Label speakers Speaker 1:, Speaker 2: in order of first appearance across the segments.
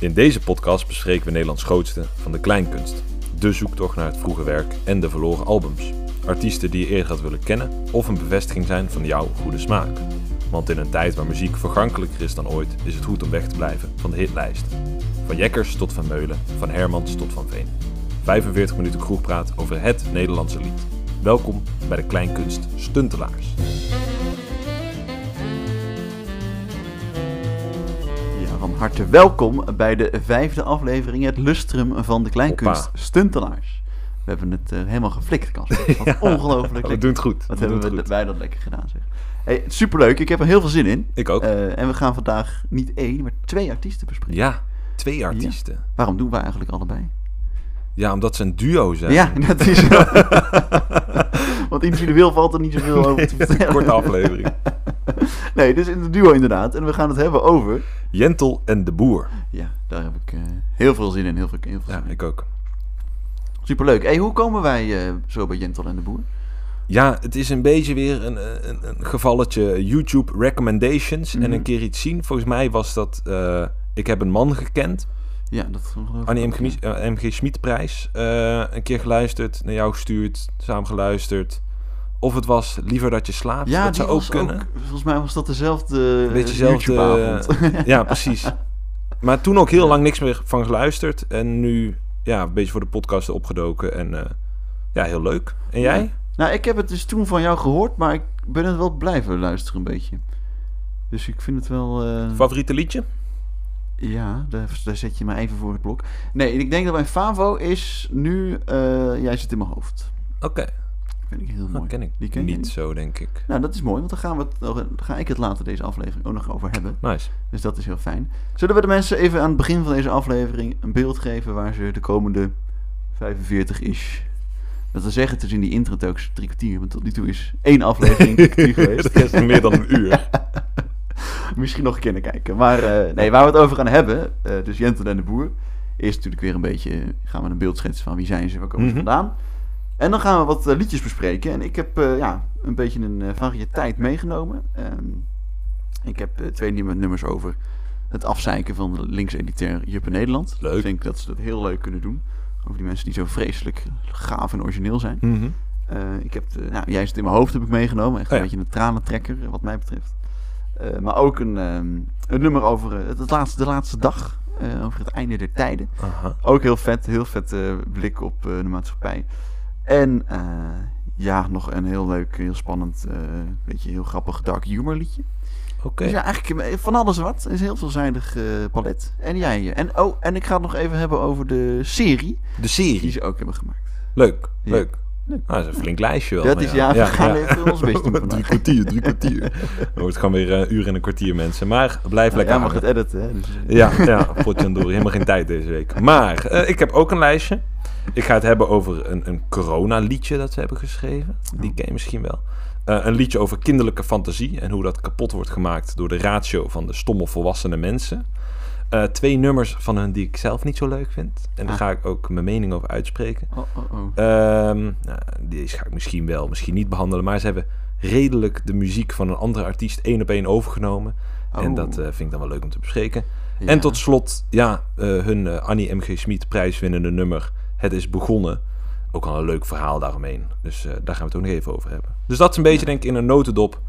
Speaker 1: In deze podcast bespreken we Nederlands grootste van de kleinkunst. De zoektocht naar het vroege werk en de verloren albums. Artiesten die je eerder had willen kennen of een bevestiging zijn van jouw goede smaak. Want in een tijd waar muziek vergankelijker is dan ooit, is het goed om weg te blijven van de hitlijst. Van Jekkers tot Van Meulen, van Hermans tot Van Veen. 45 minuten kroegpraat over het Nederlandse lied. Welkom bij de kleinkunst Stuntelaars.
Speaker 2: Ja, van harte welkom bij de vijfde aflevering, het lustrum van de kleinkunst
Speaker 1: Hoppa.
Speaker 2: Stuntelaars. We hebben het eh, helemaal geflikt, Casper. Wat ongelooflijk
Speaker 1: We
Speaker 2: lekker.
Speaker 1: doen het goed.
Speaker 2: Wat
Speaker 1: We doen
Speaker 2: hebben
Speaker 1: het
Speaker 2: we,
Speaker 1: goed.
Speaker 2: wij dat lekker gedaan, zeg. Hey, superleuk, ik heb er heel veel zin in.
Speaker 1: Ik ook.
Speaker 2: Eh, en we gaan vandaag niet één, maar twee artiesten bespreken.
Speaker 1: Ja, twee artiesten.
Speaker 2: Waarom doen we eigenlijk allebei?
Speaker 1: Ja, omdat ze een duo zijn.
Speaker 2: Ja, dat is Want individueel valt er niet zoveel over te vertellen.
Speaker 1: Korte aflevering.
Speaker 2: Nee, dit is in de duo inderdaad. En we gaan het hebben over...
Speaker 1: Jentel en de Boer.
Speaker 2: Ja, daar heb ik eh, heel veel zin in. Heel veel, heel veel
Speaker 1: Ja,
Speaker 2: zin in.
Speaker 1: ik ook.
Speaker 2: Superleuk. Hey, hoe komen wij eh, zo bij Jentel en de Boer?
Speaker 1: Ja, het is een beetje weer een, eh, een, een gevalletje YouTube recommendations en
Speaker 2: Mhm.
Speaker 1: een keer iets zien. Volgens mij was dat eh, Ik heb een man gekend,
Speaker 2: Ja, dat geloof ik
Speaker 1: Annie
Speaker 2: ook,
Speaker 1: MG,
Speaker 2: ja.
Speaker 1: eh, MG Schmidprijs. eh, een keer geluisterd, naar jou gestuurd, samen geluisterd. Of het was Liever dat je slaapt,
Speaker 2: Ja,
Speaker 1: dat
Speaker 2: die
Speaker 1: zou ook
Speaker 2: was
Speaker 1: kunnen.
Speaker 2: volgens mij was dat dezelfde eh,
Speaker 1: beetje dezelfde, eh,
Speaker 2: YouTube-avond.
Speaker 1: Ja, precies. Maar toen ook heel lang niks meer van geluisterd. En nu ja, een beetje voor de podcast opgedoken. En eh, ja, heel leuk. En jij?
Speaker 2: nou, ik heb het dus toen van jou gehoord, maar ik ben het wel blijven luisteren een beetje. Dus ik vind het wel... eh,
Speaker 1: Favoriete liedje?
Speaker 2: ja, daar, daar zet je me even voor het blok. Nee, ik denk dat mijn favo is nu... eh, jij zit in mijn hoofd.
Speaker 1: Oké,
Speaker 2: Vind ik heel mooi.
Speaker 1: dat ken ik
Speaker 2: Die ken je
Speaker 1: niet zo, denk ik.
Speaker 2: Nou, dat is mooi, want dan, gaan we het, dan ga ik het later deze aflevering ook nog over hebben.
Speaker 1: Nice.
Speaker 2: Dus dat is heel fijn. Zullen we de mensen even aan het begin van deze aflevering een beeld geven waar ze de komende 45 is? Dat wil zeggen, het is in die intro telkens drie kwartier, want tot nu toe is één aflevering drie kwartier geweest.
Speaker 1: Dat is meer dan een uur.
Speaker 2: Misschien nog een keer naar kijken. Maar eh, nee, waar we het over gaan hebben, eh, dus Jentel en de Boer, is natuurlijk weer een beetje, gaan we een beeld schetsen van wie zijn ze, waar komen ze
Speaker 1: Mhm.
Speaker 2: vandaan. En dan gaan we wat eh, liedjes bespreken. En ik heb eh, ja, een beetje een eh, variëteit meegenomen. Ehm, ik heb eh, twee nieuwe nummers over het afzeiken van de links-elitair Juppen Nederland.
Speaker 1: Leuk.
Speaker 2: Ik denk dat ze dat heel leuk kunnen doen. Over die mensen die zo vreselijk gaaf en origineel zijn.
Speaker 1: Mhm.
Speaker 2: Eh, ik heb, de- nou, jij zit in mijn hoofd, heb ik meegenomen. Echt een
Speaker 1: Oh ja.
Speaker 2: beetje een tranentrekker, eh, wat mij betreft. Eh, maar ook een, ehm, een nummer over eh, het, het laatste, de laatste dag. eh, over het einde der tijden.
Speaker 1: Aha.
Speaker 2: Ook heel vet, heel vet eh, blik op eh, de maatschappij. En eh, ja, nog een heel leuk, heel spannend, eh, beetje heel grappig dark humor liedje.
Speaker 1: Oké.
Speaker 2: Dus ja, eigenlijk eh, van alles wat. Het is een heel veelzijdig eh, palet. En jij. eh, En, oh, en ik ga het nog even hebben over de serie
Speaker 1: De
Speaker 2: die
Speaker 1: serie.
Speaker 2: ze ook hebben gemaakt.
Speaker 1: Leuk,
Speaker 2: Ja.
Speaker 1: leuk. Nou, dat is een flink lijstje wel.
Speaker 2: Dat
Speaker 1: maar
Speaker 2: is- ja, we gaan even ons best doen
Speaker 1: Drie
Speaker 2: vandaag.
Speaker 1: kwartier, drie kwartier. Dan wordt het gewoon weer een uur en een kwartier, mensen. Maar blijf
Speaker 2: Nou,
Speaker 1: lekker
Speaker 2: jij mag
Speaker 1: hangen.
Speaker 2: het editen, hè? Dus, eh,
Speaker 1: Ja, ja, potjandori, helemaal geen tijd deze week. Maar eh, ik heb ook een lijstje. Ik ga het hebben over een, een corona-liedje dat ze hebben geschreven. Die ken je misschien wel. Eh, een liedje over kinderlijke fantasie en hoe dat kapot wordt gemaakt door de ratio van de stomme volwassene mensen. Eh, twee nummers van hun die ik zelf niet zo leuk vind. En daar
Speaker 2: Ah.
Speaker 1: ga ik ook mijn mening over uitspreken.
Speaker 2: Oh, oh, oh.
Speaker 1: Ehm nou, deze ga ik misschien wel, misschien niet behandelen. Maar ze hebben redelijk de muziek van een andere artiest één op één overgenomen. En
Speaker 2: Oh.
Speaker 1: dat eh, vind ik dan wel leuk om te bespreken.
Speaker 2: Ja.
Speaker 1: En tot slot, ja, eh, hun eh, Annie M.G. Schmid prijswinnende nummer Het is begonnen. Ook al een leuk verhaal daaromheen. Dus eh, daar gaan we het ook nog even over hebben. Dus dat is een beetje, denk ik, in een notendop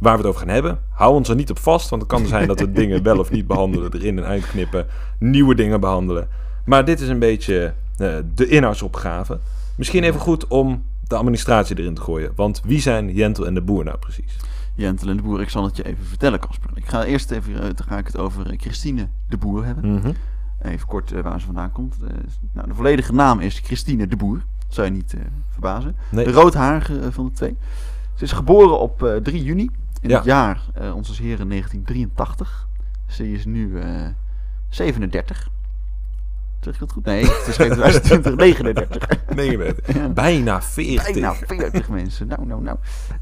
Speaker 1: waar we het over gaan hebben. Hou ons er niet op vast, want het kan zijn dat we dingen wel of niet behandelen, erin en uitknippen, nieuwe dingen behandelen. Maar dit is een beetje eh, de inhoudsopgave. Misschien even goed om de administratie erin te gooien. Want wie zijn Jentel en de Boer nou precies?
Speaker 2: Jentel en de Boer, ik zal het je even vertellen, Casper. Ik ga eerst even, eh, dan ga ik het over eh, Christine de Boer hebben. Even kort eh, waar ze vandaan komt. Eh, nou, de volledige naam is Christine de Boer. Dat zou je niet eh, verbazen.
Speaker 1: Nee.
Speaker 2: De roodharige eh, van de twee. Ze is geboren op eh, 3 juni in
Speaker 1: Ja.
Speaker 2: het jaar eh Onze Heren 1983. Ze is nu eh, 37. Zeg ik dat goed? Nee, het is geen 2020, 39.
Speaker 1: Nee,
Speaker 2: Ja.
Speaker 1: bijna 40.
Speaker 2: Bijna 40 mensen. Nou, nou, nou.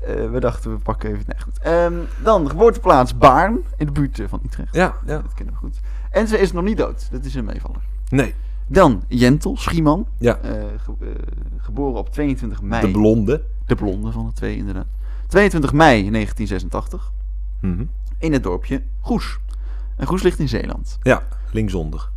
Speaker 2: Eh, we dachten, we pakken even... Nee, goed. Ehm, dan geboorteplaats Baarn, in de buurt eh, van Utrecht.
Speaker 1: Ja, ja.
Speaker 2: Dat kennen we goed. En ze is nog niet dood. Dat is een meevaller.
Speaker 1: Nee,
Speaker 2: Dan Jentel Schieman.
Speaker 1: Ja.
Speaker 2: Eh, ge- eh, geboren op 22 mei.
Speaker 1: de blonde.
Speaker 2: De blonde van de twee, inderdaad. 22 mei 1986.
Speaker 1: Mhm.
Speaker 2: In het dorpje Goes. En Goes ligt in Zeeland.
Speaker 1: Ja, linksonder.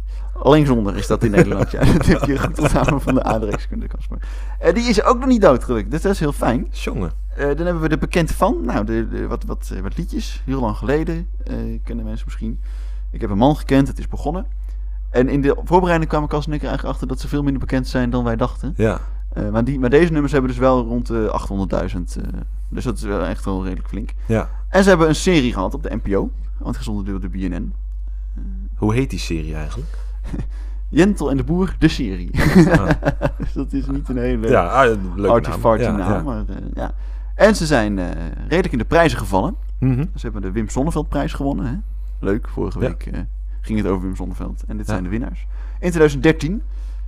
Speaker 2: Alleen zonder is dat in Nederland. Ja, dat heb je goed onthouden van de aardrijkskunde, Casper. Eh, die is ook nog niet dood, gelukkig. Dus dat is heel fijn.
Speaker 1: Jongen.
Speaker 2: Eh, dan hebben we de bekend van. Nou, de, de- wat, wat, eh, wat liedjes. Heel lang geleden. eh, kennen mensen misschien. Ik heb een man gekend. Het is begonnen. En in de voorbereiding kwamen Cas en ik er eigenlijk achter dat ze veel minder bekend zijn dan wij dachten.
Speaker 1: Ja.
Speaker 2: Eh, maar, die, maar deze nummers hebben dus wel rond de 800.000. eh, dus dat is wel echt wel redelijk flink.
Speaker 1: Ja.
Speaker 2: En ze hebben een serie gehad op de NPO. Want gezonden door de BNN.
Speaker 1: Hoe heet die serie eigenlijk?
Speaker 2: Jentel en de Boer, de serie. dus dat is niet een hele
Speaker 1: Ja, ah, een leuke
Speaker 2: arty
Speaker 1: naam.
Speaker 2: farty
Speaker 1: Ja,
Speaker 2: naam.
Speaker 1: ja.
Speaker 2: Maar, eh, ja. En ze zijn eh, redelijk in de prijzen gevallen.
Speaker 1: Mhm.
Speaker 2: Ze hebben de Wim Sonneveldprijs gewonnen. Hè? Leuk, vorige
Speaker 1: Ja.
Speaker 2: week eh, ging het over Wim Sonneveld. En dit
Speaker 1: Ja.
Speaker 2: zijn de winnaars. In 2013,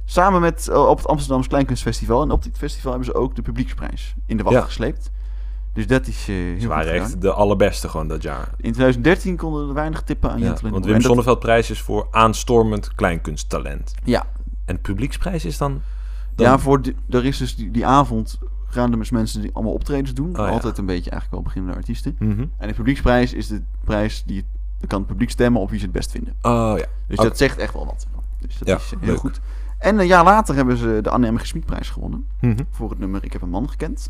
Speaker 2: samen met eh, op het Amsterdamse Kleinkunstfestival. En op dit festival hebben ze ook de publieksprijs in de wacht
Speaker 1: Ja.
Speaker 2: gesleept. Dus dat is eh, heel
Speaker 1: Ze
Speaker 2: goed
Speaker 1: waren
Speaker 2: gedaan.
Speaker 1: echt de allerbeste gewoon dat jaar.
Speaker 2: In 2013 konden er weinig tippen aan
Speaker 1: Ja,
Speaker 2: Jentel en
Speaker 1: want
Speaker 2: de Boer.
Speaker 1: Wim
Speaker 2: En dat-
Speaker 1: Zonneveldprijs is voor aanstormend kleinkunsttalent.
Speaker 2: Ja,
Speaker 1: En publieksprijs is dan... dan
Speaker 2: Ja, voor die- er is dus die, die avond gaan er dus mensen die allemaal optredens doen.
Speaker 1: Oh, ja.
Speaker 2: Altijd een beetje eigenlijk wel beginnende artiesten.
Speaker 1: Mhm.
Speaker 2: En de publieksprijs is de prijs die het- dan kan het publiek stemmen op wie ze het best vinden.
Speaker 1: Oh ja.
Speaker 2: Dus
Speaker 1: Oké.
Speaker 2: dat zegt echt wel wat. Dus dat
Speaker 1: Ja,
Speaker 2: is eh, heel
Speaker 1: leuk.
Speaker 2: goed. En een jaar later hebben ze de Anne M. Gesmiedprijs gewonnen.
Speaker 1: Mhm.
Speaker 2: Voor het nummer Ik heb een man gekend.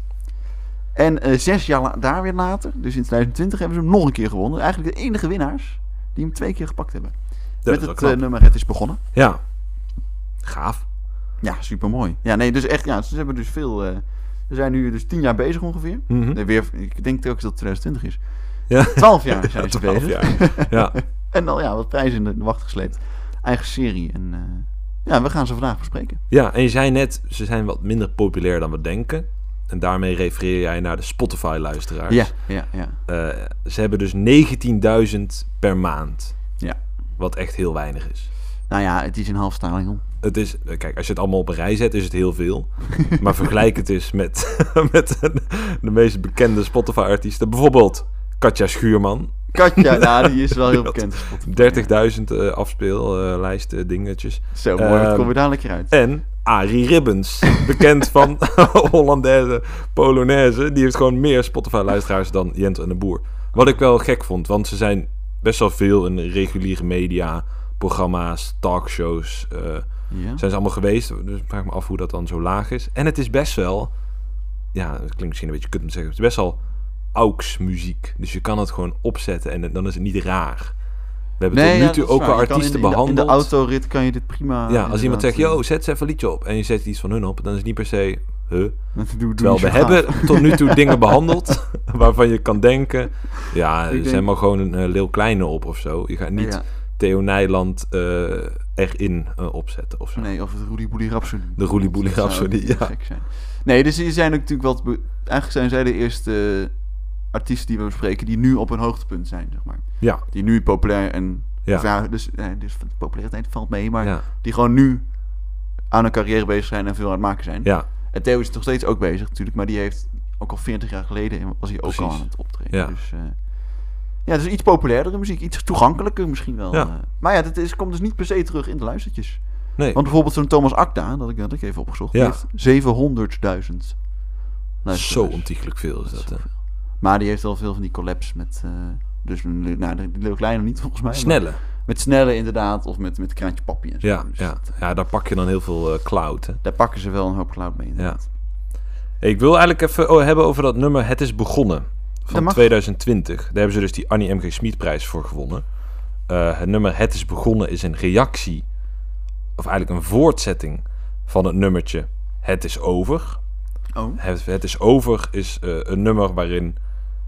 Speaker 2: En eh, zes jaar la- daar weer later, dus in 2020, hebben ze hem nog een keer gewonnen. Eigenlijk de enige winnaars die hem twee keer gepakt hebben.
Speaker 1: Dat is
Speaker 2: Met
Speaker 1: wel
Speaker 2: het
Speaker 1: knap.
Speaker 2: eh, nummer Het is begonnen.
Speaker 1: Ja. Gaaf.
Speaker 2: Ja, supermooi. Ja, nee, dus echt, ja, ze hebben dus veel. eh, ze zijn nu dus tien jaar bezig ongeveer.
Speaker 1: Mhm.
Speaker 2: Nee, weer, ik denk ook dat het 2020 is.
Speaker 1: Ja.
Speaker 2: Twaalf jaar zijn ze
Speaker 1: 12
Speaker 2: bezig.
Speaker 1: jaar. Ja.
Speaker 2: En al ja, wat prijzen in de, in de wacht gesleept. Eigen serie. En eh, ja, we gaan ze vandaag bespreken.
Speaker 1: ja, en je zei net, ze zijn wat minder populair dan we denken. En daarmee refereer jij naar de Spotify-luisteraars.
Speaker 2: Ja, ja, ja.
Speaker 1: Eh, ze hebben dus 19.000 per maand.
Speaker 2: Ja.
Speaker 1: Wat echt heel weinig is.
Speaker 2: Nou ja, het is een half Stalin.
Speaker 1: Het is, eh, kijk, als je het allemaal op een rij zet, is het heel veel. Maar vergelijk het eens met, met de meest bekende Spotify-artiesten. Bijvoorbeeld Katja Schuurman.
Speaker 2: Katja, nou, die is wel heel
Speaker 1: Dat-
Speaker 2: bekend. op Spotify.
Speaker 1: 30.000 eh afspeellijsten, dingetjes.
Speaker 2: Zo mooi, dat
Speaker 1: Ehm,
Speaker 2: komen we dadelijk lekker uit.
Speaker 1: En Arie Ribbens, bekend van Hollandaise Polonaise. Die heeft gewoon meer Spotify-luisteraars dan Jent en de Boer. Wat ik wel gek vond, want ze zijn best wel veel in reguliere media, programma's, talkshows. eh,
Speaker 2: Ja.
Speaker 1: zijn ze allemaal geweest. Dus ik vraag me af hoe dat dan zo laag is. En het is best wel... Ja, het klinkt misschien een beetje kut om te zeggen. Het is best wel aux muziek. Dus je kan het gewoon opzetten en dan is het niet raar. We hebben
Speaker 2: Nee,
Speaker 1: tot
Speaker 2: ja,
Speaker 1: nu
Speaker 2: dat
Speaker 1: toe
Speaker 2: is
Speaker 1: ook
Speaker 2: waar.
Speaker 1: wel
Speaker 2: Je kan
Speaker 1: artiesten
Speaker 2: in de, in de-
Speaker 1: behandeld.
Speaker 2: In de autorit kan je dit prima... eh,
Speaker 1: Ja, als iemand zegt, yo,
Speaker 2: joh,
Speaker 1: zet eens even een liedje op. En je zet iets van hun op, dan is het niet per se, huh.
Speaker 2: doe, doe
Speaker 1: Terwijl
Speaker 2: niet
Speaker 1: we
Speaker 2: zo gaaf.
Speaker 1: hebben tot nu toe dingen behandeld waarvan je kan denken, ja,
Speaker 2: Ik
Speaker 1: zet
Speaker 2: denk-
Speaker 1: maar gewoon een eh, Leeuw Kleine op of zo. Je gaat niet
Speaker 2: Ja,
Speaker 1: Theo Nijland eh, erin eh, opzetten of zo.
Speaker 2: nee, of het Rudy Boelie Rhapsody.
Speaker 1: De Roelie Boelie
Speaker 2: Dat zou
Speaker 1: Rhapsody,
Speaker 2: ook heel
Speaker 1: ja.
Speaker 2: gek zijn. Nee, dus die zijn ook natuurlijk wat... be- Eigenlijk zijn zij de eerste eh, artiesten die we bespreken... die nu op een hoogtepunt zijn, zeg maar.
Speaker 1: Ja,
Speaker 2: Die nu populair en...
Speaker 1: Ja.
Speaker 2: of ja dus, eh, dus de populariteit valt mee, maar...
Speaker 1: ja,
Speaker 2: die gewoon nu aan hun carrière bezig zijn... en veel aan het maken zijn.
Speaker 1: ja,
Speaker 2: En Theo is nog steeds ook bezig natuurlijk... maar die heeft ook al 40 jaar geleden... was hij ook al
Speaker 1: Precies.
Speaker 2: aan het optreden.
Speaker 1: Ja.
Speaker 2: Dus, eh, ja, dus iets populairdere muziek. Iets toegankelijker misschien wel.
Speaker 1: Ja.
Speaker 2: eh. Maar ja, dat is, komt dus niet per se terug in de luistertjes.
Speaker 1: nee.
Speaker 2: Want bijvoorbeeld zo'n Thomas Akda, dat ik, dat ik even opgezocht, die
Speaker 1: Ja.
Speaker 2: heeft 700.000 luisteraars.
Speaker 1: Zo ontiegelijk veel is
Speaker 2: Dat is
Speaker 1: dat. eh. hè.
Speaker 2: zoveel. Maar die heeft wel veel van die collabs met... eh, dus een, le- nou, de- de Leeuw Kleine niet volgens mij. maar
Speaker 1: Snelle,
Speaker 2: Met Snelle inderdaad, of met, met Kraantje Papi en zo.
Speaker 1: ja,
Speaker 2: Dus
Speaker 1: ja.
Speaker 2: dat, eh,
Speaker 1: Ja, daar pak je dan heel veel eh, cloud, hè.
Speaker 2: Daar pakken ze wel een hoop cloud mee inderdaad.
Speaker 1: Ik wil eigenlijk even oh, hebben over dat nummer Het is begonnen
Speaker 2: Dat
Speaker 1: van
Speaker 2: mag.
Speaker 1: 2020. Daar hebben ze dus die Annie M.G. Smitprijs voor gewonnen. Eh, het nummer Het is begonnen is een reactie, of eigenlijk een voortzetting van het nummertje Het is over.
Speaker 2: Oh,
Speaker 1: Het, Het is over is eh, een nummer waarin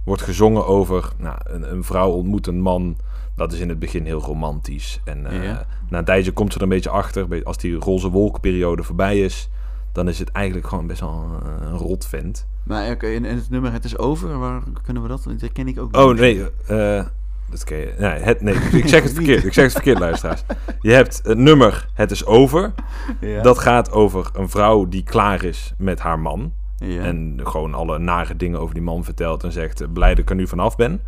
Speaker 1: wordt gezongen over nou, een, een vrouw ontmoet een man. Dat is in het begin heel romantisch. En eh,
Speaker 2: Ja.
Speaker 1: na een tijdje komt ze er een beetje achter. Be- Als die roze wolkperiode voorbij is, dan is het eigenlijk gewoon best wel een, een rot vent.
Speaker 2: maar oké, en, en het nummer Het is over, waar kunnen we dat? want Dat ken ik ook
Speaker 1: Oh
Speaker 2: niet.
Speaker 1: nee, eh, dat ken je. Nee, het, nee, ik zeg het verkeerd. Ik zeg het verkeerd, luisteraars. Je hebt het nummer Het is over.
Speaker 2: Ja.
Speaker 1: Dat gaat over een vrouw die klaar is met haar man.
Speaker 2: Ja.
Speaker 1: En gewoon alle nare dingen over die man vertelt. En zegt: eh, Blij dat ik er nu vanaf ben.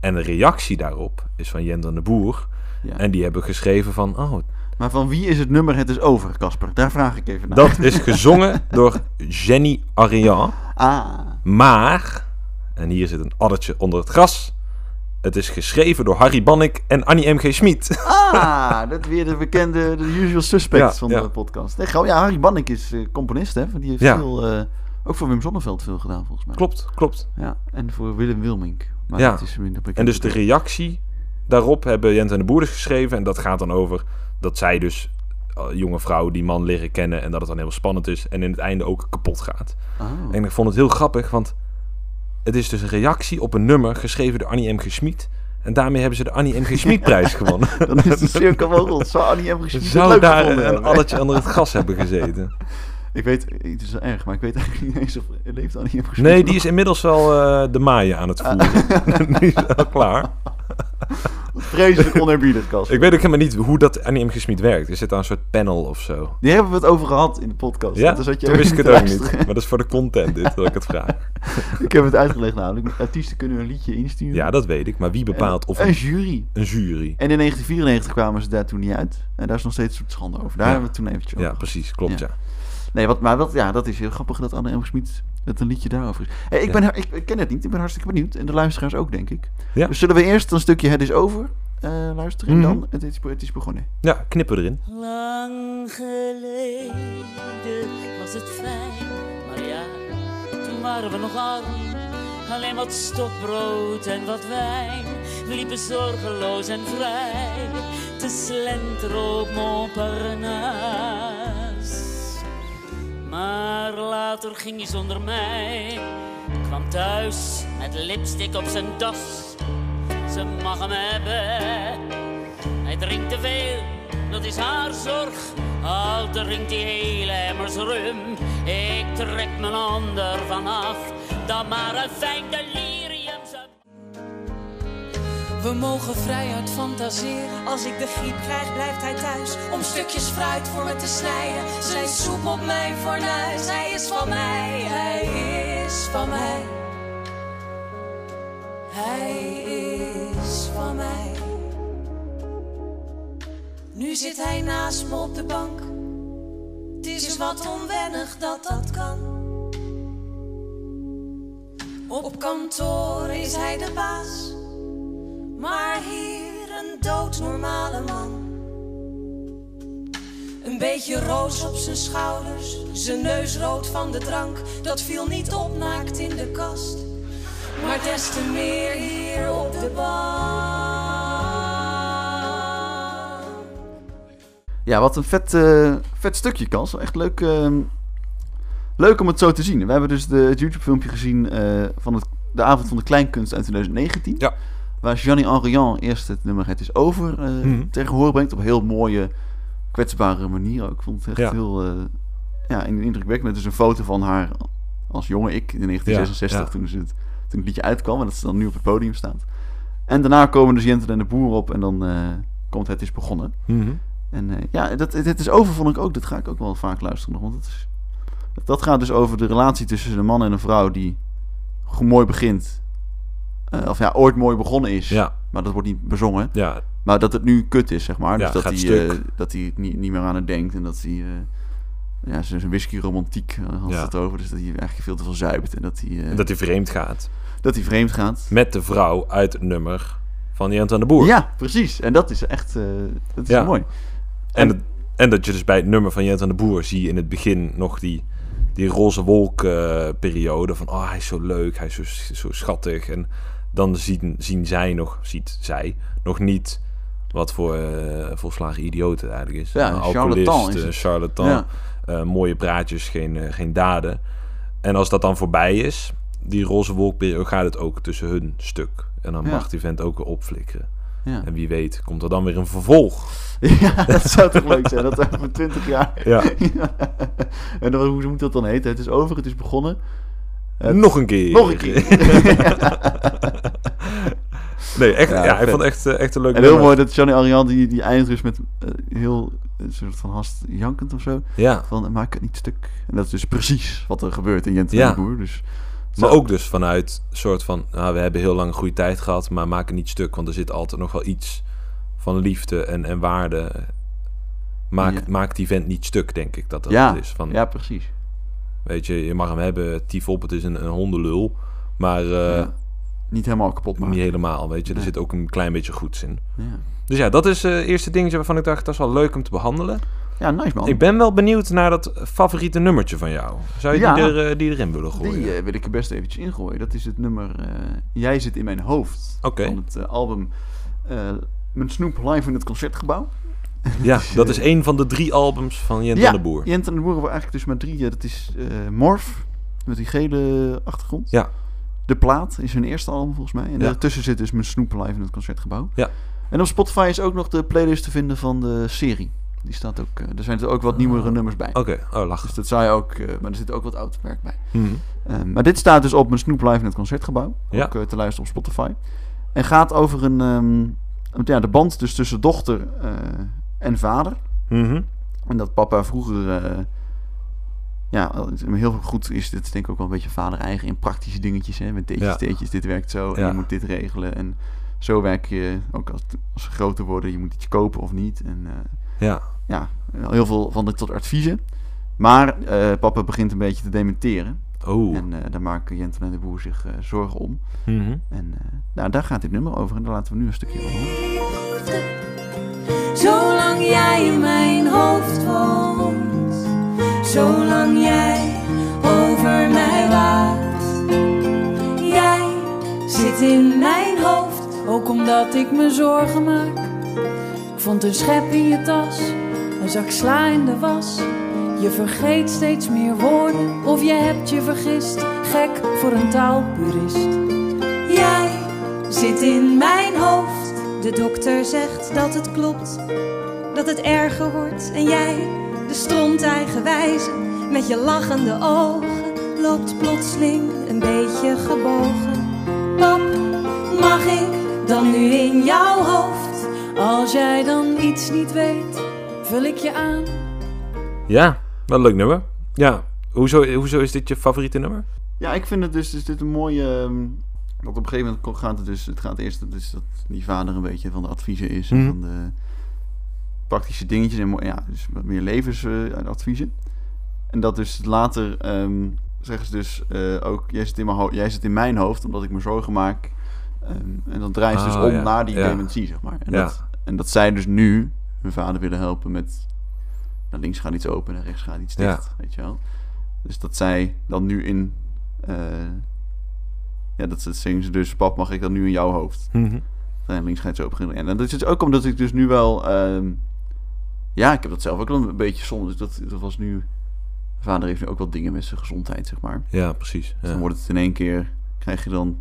Speaker 1: En de reactie daarop is van Jender de Boer.
Speaker 2: Ja. Nou.
Speaker 1: En die hebben geschreven van: Oh,
Speaker 2: Maar van wie is het nummer Het is over, Casper? Daar vraag ik even naar.
Speaker 1: dat is gezongen door Jenny Arian.
Speaker 2: Ah,
Speaker 1: Maar, en hier zit een addertje onder het gras. Het is geschreven door Harry Bannik en Annie M.G. Schmid.
Speaker 2: Ah, dat weer de bekende, de usual suspects
Speaker 1: Ja,
Speaker 2: van
Speaker 1: ja.
Speaker 2: de podcast. Nee, gauw, ja, Harry Bannik is eh, componist, hè? want Die heeft
Speaker 1: Ja.
Speaker 2: veel, eh, ook voor Wim Sonneveld veel gedaan, volgens mij.
Speaker 1: Klopt, klopt.
Speaker 2: Ja, en voor Willem Wilmink. Maar
Speaker 1: Ja.
Speaker 2: het is minder bekend.
Speaker 1: En dus de reactie daarop hebben Jent en de Boer dus geschreven. En dat gaat dan over dat zij dus eh, jonge vrouw die man leren kennen. En dat het dan heel spannend is. En in het einde ook kapot gaat.
Speaker 2: Ah.
Speaker 1: En ik vond het heel grappig, want het is dus een reactie op een nummer geschreven door Annie M. G. Schmid. En daarmee hebben ze de Annie M. G. Schmid-prijs gewonnen.
Speaker 2: Oh, Dan is de cirkel wel rond. Zou Annie M. Geschiet het
Speaker 1: Zou
Speaker 2: leuk
Speaker 1: daar
Speaker 2: gevonden
Speaker 1: een, een
Speaker 2: hebben?
Speaker 1: alletje onder het gas hebben gezeten?
Speaker 2: Ik weet, het is wel erg, maar ik weet eigenlijk niet eens of leeft Annie M. Geschiet
Speaker 1: Nee,
Speaker 2: nog?
Speaker 1: die is inmiddels wel eh, de maaien aan het
Speaker 2: Ah.
Speaker 1: voeren. die is wel klaar.
Speaker 2: Vreselijk onerbiedig, Kas.
Speaker 1: Ik weet ook helemaal niet hoe dat Annie M. G. Schmid werkt. Er zit daar een soort panel of zo.
Speaker 2: Die hebben we het over gehad in de podcast.
Speaker 1: Ja,
Speaker 2: dus had je
Speaker 1: toen wist ik het
Speaker 2: te
Speaker 1: ook niet.
Speaker 2: luisteren.
Speaker 1: Maar dat is voor de content dit, dat ik het vraag.
Speaker 2: Ik heb het uitgelegd namelijk. Artiesten kunnen een liedje insturen.
Speaker 1: Ja, dat weet ik. Maar wie bepaalt of
Speaker 2: Een
Speaker 1: een,
Speaker 2: jury.
Speaker 1: een jury?
Speaker 2: En in 1994 kwamen ze daar toen niet uit. En daar is nog steeds een soort schande over. Daar
Speaker 1: Ja.
Speaker 2: hebben we het toen eventjes over
Speaker 1: Ja, precies. Klopt, ja.
Speaker 2: gehad. Nee, wat, maar wat, ja, dat is heel grappig dat Anne Elmsmiet het een liedje daarover is. Hey, ik,
Speaker 1: Ja.
Speaker 2: ben, haar- ik, ik ken het niet. Ik ben hartstikke benieuwd. En de luisteraars ook, denk ik.
Speaker 1: Ja.
Speaker 2: Dus zullen we eerst een stukje Het is over eh, luisteren?
Speaker 1: Mhm.
Speaker 2: En dan het is, het is begonnen.
Speaker 1: Ja, knippen erin.
Speaker 3: Lang geleden was het fijn, maar ja, toen waren we nog arm. Alleen wat stokbrood en wat wijn, we liepen zorgeloos en vrij. Te slenteren op Montparnasse. Maar later ging hij zonder mij, kwam thuis met lipstick op zijn das. Ze mag hem hebben, hij drinkt te veel, dat is haar zorg. Al drinkt die hele emmers rum. Ik trek mijn ander vanaf, dan maar een fijn delirium.
Speaker 4: We mogen vrijuit fantaseren.
Speaker 5: Als ik de griep krijg, blijft hij thuis
Speaker 4: Om stukjes fruit voor me te snijden. Zijn soep op mijn fornuis. Hij is van mij, hij is van mij. Hij is van mij. Nu zit hij naast me op de bank. Het is eens wat onwennig dat dat kan. Op kantoor is hij de baas. Maar hier een doodnormale man. Een beetje roos op zijn schouders, zijn neus rood van de drank. Dat viel niet op naakt in de kast, maar des te meer hier op de bank.
Speaker 2: Ja, wat een vet, eh, vet stukje, Kans. Echt leuk, eh, leuk om het zo te zien. We hebben dus de, het YouTube-filmpje gezien eh, van het, de avond van de kleinkunst uit 2019.
Speaker 1: Ja.
Speaker 2: Waar Gianni Henrian eerst het nummer Het is over eh
Speaker 1: Mhm.
Speaker 2: tegen horen brengt. Op een heel mooie, kwetsbare manier ook. Ik vond het echt
Speaker 1: Ja.
Speaker 2: heel eh ja, in- indrukwekkend. Met dus een foto van haar als jonge ik in 1966
Speaker 1: Ja, ja.
Speaker 2: Toen, ze het, toen het liedje uitkwam. En dat ze dan nu op het podium staat. En daarna komen dus Jenten en de Boer op en dan eh, komt Het is begonnen.
Speaker 1: Mhm.
Speaker 2: En eh, ja, dat, het is over, vond ik ook. Dat ga ik ook wel vaak luisteren nog. Want dat, is, dat gaat dus over de relatie tussen een man en een vrouw die gewoon mooi begint. Eh, of ja, ooit mooi begonnen is.
Speaker 1: Ja,
Speaker 2: Maar dat wordt niet bezongen.
Speaker 1: ja,
Speaker 2: Maar dat het nu kut is, zeg maar.
Speaker 1: Ja,
Speaker 2: dus dat
Speaker 1: gaat
Speaker 2: hij,
Speaker 1: stuk.
Speaker 2: eh, dat hij het niet, niet meer aan het denkt. En dat hij... eh, ja, zijn zijn whisky-romantiek eh, had
Speaker 1: Ja.
Speaker 2: het over. Dus dat hij eigenlijk veel te veel zuipt. En dat hij, eh,
Speaker 1: En
Speaker 2: dat...
Speaker 1: dat hij vreemd gaat.
Speaker 2: hij vreemd gaat.
Speaker 1: Met de vrouw uit het nummer van Jent en de Boer.
Speaker 2: Ja, precies. En dat is echt... eh, dat is
Speaker 1: Ja.
Speaker 2: mooi.
Speaker 1: En, het- en dat je dus bij het nummer van Jent en de Boer zie je in het begin nog die, die roze wolk eh, periode. Van, oh, hij is zo leuk, hij is zo, zo schattig. En dan zien, zien zij nog, ziet zij nog niet wat voor eh, volslagen idioot het eigenlijk is.
Speaker 2: Ja,
Speaker 1: Een
Speaker 2: een
Speaker 1: alcoholist,
Speaker 2: charlatan is
Speaker 1: eh,
Speaker 2: het.
Speaker 1: charlatan.
Speaker 2: Ja.
Speaker 1: Eh, mooie praatjes, geen, eh, geen daden. En als dat dan voorbij is, die roze wolkperiode, gaat het ook tussen hun stuk. En dan
Speaker 2: Ja.
Speaker 1: mag die vent ook weer opflikkeren.
Speaker 2: Ja.
Speaker 1: En wie weet komt er dan weer een vervolg.
Speaker 2: Ja, dat zou toch leuk zijn? Dat over 20 jaar.
Speaker 1: Ja.
Speaker 2: En dan, hoe moet dat dan heten? Het is over, het is begonnen. Het-
Speaker 1: Nog een keer.
Speaker 2: Nog een keer.
Speaker 1: Nee, echt,
Speaker 2: Ja,
Speaker 1: ja, ik
Speaker 2: vet.
Speaker 1: vond het echt, eh, echt een leuk
Speaker 2: en heel
Speaker 1: nummer.
Speaker 2: mooi dat Johnny Arian die, die eindigt dus met eh, heel een soort van hast jankend of zo.
Speaker 1: Ja,
Speaker 2: Van eh, maak het niet stuk. En dat is dus precies wat er gebeurt in Jent en
Speaker 1: Ja.
Speaker 2: de Boer. Dus
Speaker 1: maar
Speaker 2: Zo.
Speaker 1: ook dus vanuit soort van... Nou, we hebben heel lang een goede tijd gehad, maar maak het niet stuk. Want er zit altijd nog wel iets van liefde en, en waarde. Maak,
Speaker 2: Ja.
Speaker 1: maak die vent niet stuk, denk ik dat dat
Speaker 2: ja,
Speaker 1: het is. Van,
Speaker 2: ja, precies.
Speaker 1: Weet je, je mag hem hebben, tief op, het is een, een hondenlul. Maar eh,
Speaker 2: Ja. niet helemaal kapot maken.
Speaker 1: Niet helemaal, weet je. Er zit ook een klein beetje goeds in.
Speaker 2: Ja.
Speaker 1: Dus ja, dat is het eerste dingetje waarvan ik dacht, dat is wel leuk om te behandelen.
Speaker 2: ja, nice man.
Speaker 1: Ik ben wel benieuwd naar dat favoriete nummertje van jou. Zou je die,
Speaker 2: Ja.
Speaker 1: er, eh, die erin willen gooien?
Speaker 2: Die eh, wil ik er best eventjes ingooien. Dat is het nummer eh, Jij zit in mijn hoofd.
Speaker 1: Oké.
Speaker 2: Van het eh, album eh Mijn Snoep live in het Concertgebouw.
Speaker 1: Ja, dat is een van de drie albums van Jent
Speaker 2: ja,
Speaker 1: van de Boer.
Speaker 2: Jent en de Boer waren eigenlijk dus maar drie. Ja, dat is eh Morf, met die gele achtergrond.
Speaker 1: Ja.
Speaker 2: De Plaat is hun eerste album volgens mij. En
Speaker 1: Ja.
Speaker 2: daartussen zit dus Mijn Snoep live in het Concertgebouw.
Speaker 1: Ja.
Speaker 2: En op Spotify is ook nog de playlist te vinden van de serie. Die staat ook, eh, er zijn er ook wat nieuwere nummers bij.
Speaker 1: Oké, oh, lach.
Speaker 2: Dus dat zou je ook, eh, maar er zit ook wat oud werk bij.
Speaker 1: Mhm.
Speaker 2: Eh, maar dit staat dus op mijn Snoep Live in het Concertgebouw.
Speaker 1: Ja.
Speaker 2: Ook eh, te luisteren op Spotify. En gaat over een, ehm, ja, de band dus tussen dochter eh, en vader.
Speaker 1: Mhm.
Speaker 2: En dat papa vroeger... eh, ja, heel goed is dit is denk ik ook wel een beetje vader-eigen in praktische dingetjes. Hè? Met deetjes,
Speaker 1: Ja.
Speaker 2: deetjes, dit werkt zo en
Speaker 1: Ja.
Speaker 2: je moet dit regelen. En zo werk je ook als, als ze groter worden. Je moet iets kopen of niet. En eh,
Speaker 1: Ja,
Speaker 2: ja, heel veel van dit tot adviezen. Maar eh, papa begint een beetje te dementeren.
Speaker 1: oh.
Speaker 2: En eh, daar maken Jentel en de Boer zich eh, zorgen om.
Speaker 1: Mhm.
Speaker 2: En eh, nou, daar gaat dit nummer over en daar laten we nu een stukje over horen.
Speaker 4: Zolang jij in mijn hoofd woont, zolang jij over mij waakt. Jij zit in mijn hoofd, ook omdat ik me zorgen maak. Ik vond een schep in je tas, een zak sla in de was. Je vergeet steeds meer woorden, of je hebt je vergist. Gek voor een taalpurist. Jij zit in mijn hoofd.
Speaker 5: De dokter zegt dat het klopt, dat het erger wordt. En jij, de stront eigenwijze, met je lachende ogen, loopt plotseling een beetje gebogen.
Speaker 4: Pap, mag ik dan nu in jouw hoofd? Als jij dan iets niet weet, vul ik je aan.
Speaker 1: Ja, wel een leuk nummer. Ja, hoezo, hoezo is dit je favoriete nummer?
Speaker 2: Ja, ik vind het dus, is dit een mooie... ehm, dat op een gegeven moment ko- gaat het dus... Het gaat eerst dus dat die vader een beetje van de adviezen is. En
Speaker 1: Mhm.
Speaker 2: van de praktische dingetjes. En mo- ja, dus wat meer levensadviezen. en dat dus later ehm, zeggen ze dus eh, ook... Jij zit, in mijn ho- jij zit in mijn hoofd, omdat ik me zorgen maak. Ehm, en dan draait ze dus
Speaker 1: Ah,
Speaker 2: om
Speaker 1: ja.
Speaker 2: naar die
Speaker 1: Ja.
Speaker 2: dementie, zeg maar. En
Speaker 1: Ja.
Speaker 2: dat En dat zij dus nu hun vader willen helpen met... Nou, links gaat iets open en rechts gaat iets
Speaker 1: Ja.
Speaker 2: dicht, weet je wel. Dus dat zij dan nu in... eh, ja, dat, ze- zingen ze dus... Pap, mag ik dat nu in jouw hoofd?
Speaker 1: Mhm.
Speaker 2: En links gaat iets open. En dat is het ook omdat ik dus nu wel... ehm, ja, ik heb dat zelf ook wel een beetje soms. Dat, dat was nu... Mijn vader heeft nu ook wel dingen met zijn gezondheid, zeg maar.
Speaker 1: Ja, precies.
Speaker 2: Dus dan
Speaker 1: Ja.
Speaker 2: wordt het in één keer... Krijg je dan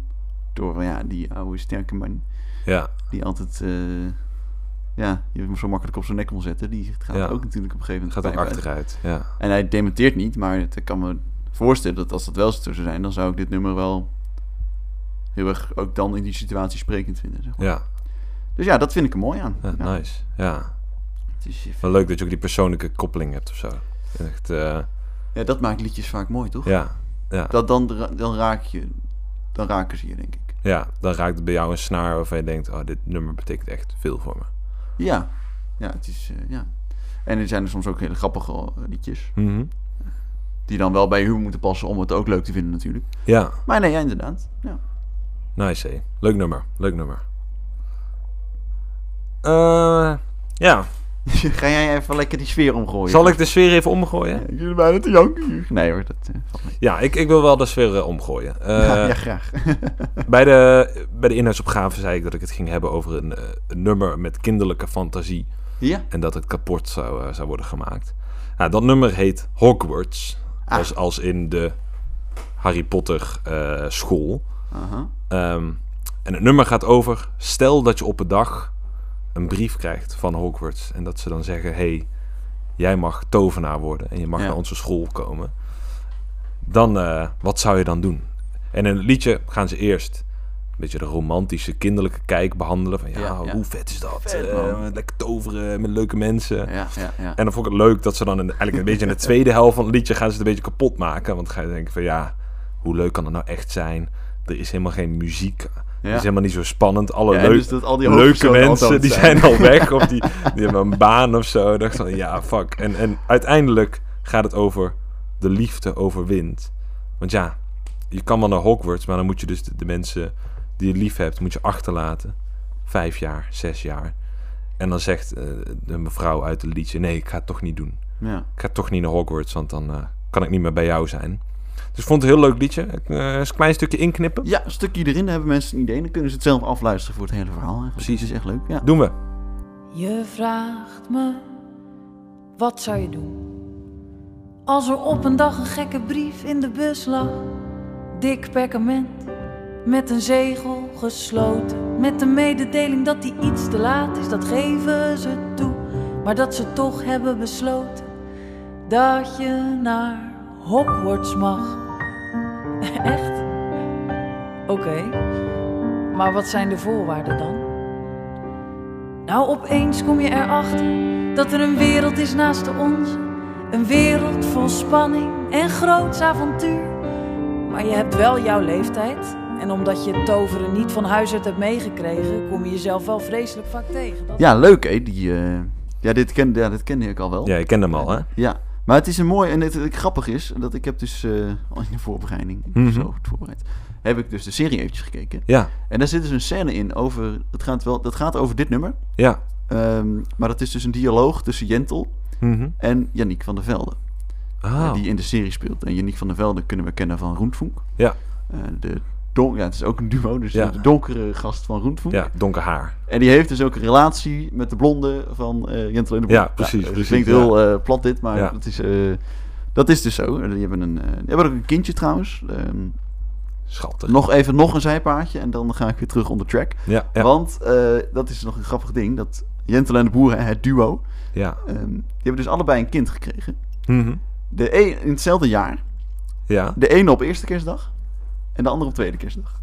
Speaker 2: door van, ja, die oude sterke man
Speaker 1: ja,
Speaker 2: die altijd eh, ja, je hem zo makkelijk op zijn nek kon zetten, die gaat
Speaker 1: Ja.
Speaker 2: ook natuurlijk op een gegeven moment
Speaker 1: gaat ook
Speaker 2: pijn krijgen.
Speaker 1: achteruit. Ja.
Speaker 2: En hij dementeert niet, maar het- ik kan me voorstellen dat als dat wel zo zou zijn, dan zou ik dit nummer wel heel erg ook dan in die situatie sprekend vinden. Zeg maar.
Speaker 1: Ja,
Speaker 2: Dus ja, dat vind ik er mooi aan.
Speaker 1: ja, nice. Ja,
Speaker 2: Het is-
Speaker 1: wel leuk dat je ook die persoonlijke koppeling hebt of zo. Echt, eh,
Speaker 2: ja, dat maakt liedjes vaak mooi, toch?
Speaker 1: ja, ja,
Speaker 2: Dat dan, dan raak je, dan raken ze je, denk ik.
Speaker 1: ja, dan raakt het bij jou een snaar waarvan je denkt, oh, dit nummer betekent echt veel voor me.
Speaker 2: Ja, ja, het is eh, ja. En er zijn er soms ook hele grappige eh, liedjes.
Speaker 1: Mhm.
Speaker 2: Die dan wel bij je humor moeten passen om het ook leuk te vinden natuurlijk.
Speaker 1: Ja,
Speaker 2: Maar nee, ja, inderdaad. Ja.
Speaker 1: nice hé. Leuk nummer, leuk nummer. Eh, ja,
Speaker 2: Ga jij even lekker die sfeer omgooien?
Speaker 1: zal ik de sfeer even omgooien?
Speaker 2: Ik jullie bijna te janken. hier. Nee hoor, dat eh, valt mee.
Speaker 1: Ja, ik, ik wil wel de sfeer eh, omgooien. Eh,
Speaker 2: ja, graag.
Speaker 1: Bij de, bij de inhoudsopgave zei ik dat ik het ging hebben over een, eh, een nummer met kinderlijke fantasie.
Speaker 2: ja?
Speaker 1: En dat het kapot zou, eh, zou worden gemaakt. Nou, dat nummer heet Hogwarts.
Speaker 2: Ah.
Speaker 1: Als, als in de Harry Potter eh, school.
Speaker 2: Aha.
Speaker 1: Ehm, en het nummer gaat over... Stel dat je op een dag een brief krijgt van Hogwarts. En dat ze dan zeggen... hey, jij mag tovenaar worden. En je mag
Speaker 2: Ja.
Speaker 1: naar onze school komen. Dan, eh, wat zou je dan doen? En in het liedje gaan ze eerst... Een beetje de romantische, kinderlijke kijk behandelen. Van ja,
Speaker 2: Ja, ja.
Speaker 1: hoe vet is dat?
Speaker 2: Vet,
Speaker 1: Eh,
Speaker 2: man.
Speaker 1: lekker toveren met leuke mensen.
Speaker 2: Ja, ja, ja.
Speaker 1: En dan vond ik het leuk dat ze dan in, eigenlijk een beetje in de tweede helft van het liedje gaan ze het een beetje kapot maken. Want dan ga je denken van ja, hoe leuk kan het nou echt zijn? Er is helemaal geen muziek.
Speaker 2: Ja.
Speaker 1: Het is helemaal niet zo spannend. Alle
Speaker 2: Ja, en
Speaker 1: leuk-
Speaker 2: dus dat al die
Speaker 1: leuke
Speaker 2: hoofdpersonen al
Speaker 1: mensen
Speaker 2: dood
Speaker 1: die
Speaker 2: zijn.
Speaker 1: zijn al weg of die, die hebben een baan of zo. Ik dacht van ja, fuck. En, en uiteindelijk gaat het over de liefde overwint. Want ja, je kan wel naar Hogwarts, maar dan moet je dus de, de mensen die je lief hebt, moet je achterlaten. Vijf jaar, zes jaar. En dan zegt eh, een mevrouw uit het liedje: Nee, ik ga het toch niet doen.
Speaker 2: Ja.
Speaker 1: Ik ga toch niet naar Hogwarts, want dan eh, kan ik niet meer bij jou zijn. Dus ik vond het een heel leuk liedje. Ik, eh, eens een klein stukje inknippen.
Speaker 2: ja, een stukje erin, daar hebben mensen een idee. Dan kunnen ze het zelf afluisteren voor het hele verhaal. Eigenlijk.
Speaker 1: Precies.
Speaker 2: Dat is echt leuk. Ja.
Speaker 1: Doen we.
Speaker 6: Je vraagt me, wat zou je doen? Als er op een dag een gekke brief in de bus lag, dik perkament, met een zegel gesloten, met de mededeling dat die iets te laat is, dat geven ze toe, maar dat ze toch hebben besloten dat je naar Hogwarts mag. Echt? Oké, maar wat zijn de voorwaarden dan? Nou, opeens kom je erachter dat er een wereld is naast de onze. Een wereld vol spanning en groots avontuur. Maar je hebt wel jouw leeftijd. En omdat je het toveren niet van huis uit hebt meegekregen, kom je jezelf wel vreselijk vaak tegen. Dat-
Speaker 2: Ja, leuk hè. Die, eh, ja, dit kende, ja, dit kende ik al wel.
Speaker 1: Ja, je kent hem al, hè?
Speaker 2: Ja, maar het is een mooi en het, het grappig is dat ik heb dus eh, al in de voorbereiding, ik
Speaker 1: Mhm.
Speaker 2: heb zo goed voorbereid, heb ik dus de serie eventjes gekeken.
Speaker 1: Ja,
Speaker 2: En daar zit dus een scène in over, het gaat wel, dat gaat over dit nummer,
Speaker 1: ja.
Speaker 2: Ehm, maar dat is dus een dialoog tussen Jentel
Speaker 1: Mhm.
Speaker 2: en Yannick van der Velde, eh,
Speaker 1: Ah,
Speaker 2: die in de serie speelt. En Yannick van der Velde kunnen we kennen van Roentvonk.
Speaker 1: Ja.
Speaker 2: Eh, de don- ja, het is ook een duo, dus
Speaker 1: Ja.
Speaker 2: de donkere gast van Roentvonk.
Speaker 1: ja, donker haar.
Speaker 2: En die heeft dus ook een relatie met de blonde van eh Jentel en de Blonde.
Speaker 1: Ja, precies,
Speaker 2: het
Speaker 1: precies,
Speaker 2: klinkt heel eh, plat dit, maar
Speaker 1: Ja.
Speaker 2: dat, is, eh, dat is dus zo. En Die hebben, een, eh, die hebben ook een kindje trouwens. Ehm,
Speaker 1: Schattig.
Speaker 2: nog even nog een zijpaardje en dan ga ik weer terug on the track.
Speaker 1: Ja, ja,
Speaker 2: Want eh, dat is nog een grappig ding, dat Jentel en de Boer, hè, het duo,
Speaker 1: ja.
Speaker 2: ehm, die hebben dus allebei een kind gekregen.
Speaker 1: Mhm.
Speaker 2: De een, in hetzelfde jaar.
Speaker 1: Ja,
Speaker 2: De ene op eerste kerstdag en de andere op tweede kerstdag.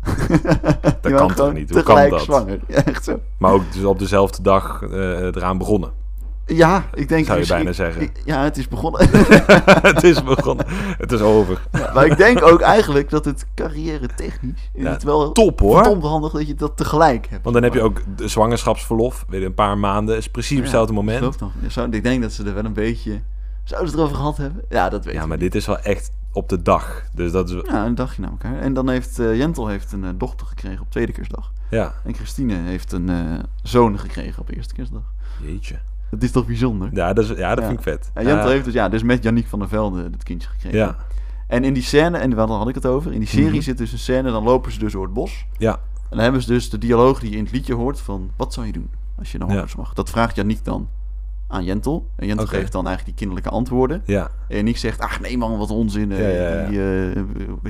Speaker 2: dat
Speaker 1: kan toch niet? Hoe kan
Speaker 2: tegelijk
Speaker 1: dat?
Speaker 2: zwanger. Ja, echt zo.
Speaker 1: maar ook dus op dezelfde dag eh, eraan begonnen.
Speaker 2: Ja, ik denk...
Speaker 1: Zou je
Speaker 2: misschien-
Speaker 1: bijna zeggen.
Speaker 2: ik- ja, het is begonnen.
Speaker 1: het is begonnen. Het is over.
Speaker 2: maar ik denk ook eigenlijk dat het carrière technisch... Is
Speaker 1: Ja,
Speaker 2: het wel
Speaker 1: Top hoor.
Speaker 2: verdomd handig dat je dat tegelijk hebt.
Speaker 1: Want dan heb je ook de zwangerschapsverlof. Weer een paar maanden. Is precies op hetzelfde
Speaker 2: Ik,
Speaker 1: moment.
Speaker 2: geloof nog. Ja, zou- ik denk dat ze er wel een beetje... Zouden ze het erover gehad hebben? Ja, dat weet
Speaker 1: Ja,
Speaker 2: ik
Speaker 1: maar
Speaker 2: niet.
Speaker 1: dit is wel echt op de dag. Dus dat is...
Speaker 2: Ja, een dagje na elkaar. En dan heeft eh, Jentel heeft een eh, dochter gekregen op tweede kerstdag.
Speaker 1: Ja.
Speaker 2: En Christine heeft een eh, zoon gekregen op eerste kerstdag.
Speaker 1: Jeetje.
Speaker 2: Dat is toch bijzonder?
Speaker 1: Ja, dat, is, ja, dat
Speaker 2: Ja.
Speaker 1: vind ik vet.
Speaker 2: En Jentel
Speaker 1: Ja.
Speaker 2: heeft dus, ja, dus met Yannick van der Velde dat kindje gekregen.
Speaker 1: Ja,
Speaker 2: En in die scène, en daar had ik het over, in die serie
Speaker 1: Mhm.
Speaker 2: zit dus een scène, dan lopen ze dus door het bos.
Speaker 1: ja,
Speaker 2: En dan hebben ze dus de dialoog die je in het liedje hoort van... Wat zou je doen als je naar Hogwarts mag? Dat vraagt Janiek dan aan Jentel. En Jentel
Speaker 1: Oké.
Speaker 2: geeft dan eigenlijk die kinderlijke antwoorden.
Speaker 1: ja.
Speaker 2: En Janiek zegt, ach nee man, wat onzin. eh,
Speaker 1: Ja, ja, ja.
Speaker 2: Die, eh, eh,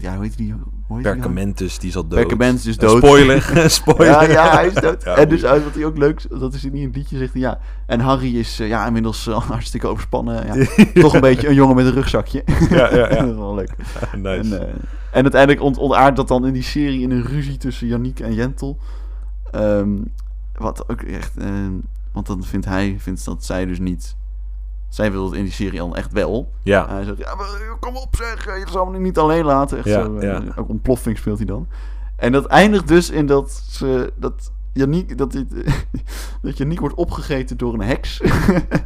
Speaker 2: ja, hoe heet die? Hoe heet die
Speaker 1: Perkamentus, die is al dood.
Speaker 2: Perkament is dus
Speaker 1: Eh,
Speaker 2: dood.
Speaker 1: Spoiler.
Speaker 2: nou?
Speaker 1: Spoiler.
Speaker 2: Ja, ja, hij is dood.
Speaker 1: Ja,
Speaker 2: en dus uit wat hij ook leuk, dat is niet in het liedje, zegt hij ja. En Harry is eh, ja, inmiddels eh, hartstikke overspannen. Ja, Toch een beetje een jongen met een rugzakje.
Speaker 1: Ja, ja, ja.
Speaker 2: dat is wel leuk. En,
Speaker 1: Nice.
Speaker 2: eh, en uiteindelijk ont ontaardt dat dan in die serie in een ruzie tussen Yannick en Jentel. Ehm, wat ook echt... ehm, want dan vindt hij vindt dat zij dus niet... Zij wil het in die serie dan echt wel.
Speaker 1: Ja.
Speaker 2: Hij zegt, ja, maar, eh, kom op zeg, je zal me niet alleen laten. Echt
Speaker 1: Ja,
Speaker 2: zo, eh,
Speaker 1: ja.
Speaker 2: Ook ontploffing speelt hij dan. En dat eindigt dus in dat ze... Dat Yannick, dat, dit, dat Yannick wordt opgegeten door een heks.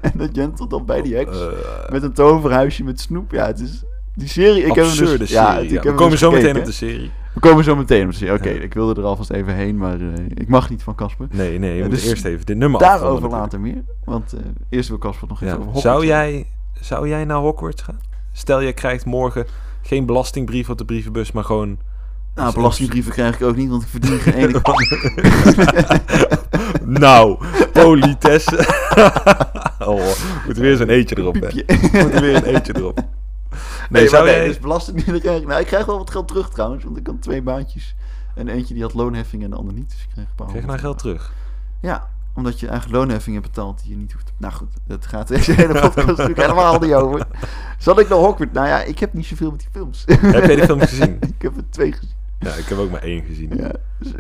Speaker 2: en dat Jentel dan bij die heks...
Speaker 1: Eh,
Speaker 2: Met een toverhuisje met snoep. Ja, het is... Die serie, ik heb hem
Speaker 1: absurde
Speaker 2: dus...
Speaker 1: serie.
Speaker 2: Ja,
Speaker 1: Ja,
Speaker 2: ik heb
Speaker 1: we
Speaker 2: hem
Speaker 1: komen
Speaker 2: dus
Speaker 1: zo meteen
Speaker 2: gekeken.
Speaker 1: op de serie.
Speaker 2: We komen zo meteen op de serie. Oké,
Speaker 1: Ja.
Speaker 2: ik wilde er alvast even heen, maar eh, ik mag niet van Casper.
Speaker 1: Nee, nee, we
Speaker 2: Ja,
Speaker 1: moeten
Speaker 2: dus
Speaker 1: eerst even dit nummer
Speaker 2: Daarover
Speaker 1: afronden
Speaker 2: later meer. Want eh, eerst wil Casper nog even over
Speaker 1: natuurlijk. Ja.
Speaker 2: Hogwarts
Speaker 1: Zou,
Speaker 2: hebben.
Speaker 1: jij, zou jij naar Hogwarts gaan? Stel, jij krijgt morgen geen belastingbrief op de brievenbus, maar gewoon...
Speaker 2: Nou, belastingbrieven krijg ik ook niet, want ik verdien geen
Speaker 1: Oh,
Speaker 2: ene...
Speaker 1: Nou, politesse. oh, moet weer zo'n eetje erop, hè.
Speaker 2: Piepje.
Speaker 1: Moet weer een eetje erop. Nee,
Speaker 2: Nee, maar
Speaker 1: zou
Speaker 2: nee,
Speaker 1: jij...
Speaker 2: dus belasting niet krijg ik- Nou, ik krijg wel wat geld terug trouwens, want ik had twee baantjes. En eentje die had loonheffing en de ander niet. Dus ik kreeg een paar
Speaker 1: Krijg je nou
Speaker 2: honderd.
Speaker 1: geld terug?
Speaker 2: Ja, omdat je eigen loonheffing hebt betaald die je niet hoeft. Nou goed, dat gaat deze hele podcast natuurlijk helemaal niet over. Zal ik naar Hogwarts? Nou ja, ik heb niet zoveel met die films.
Speaker 1: Heb jij die film gezien?
Speaker 2: ik heb er twee gezien.
Speaker 1: Ja, ik heb ook maar één gezien.
Speaker 2: Ja.
Speaker 1: Ik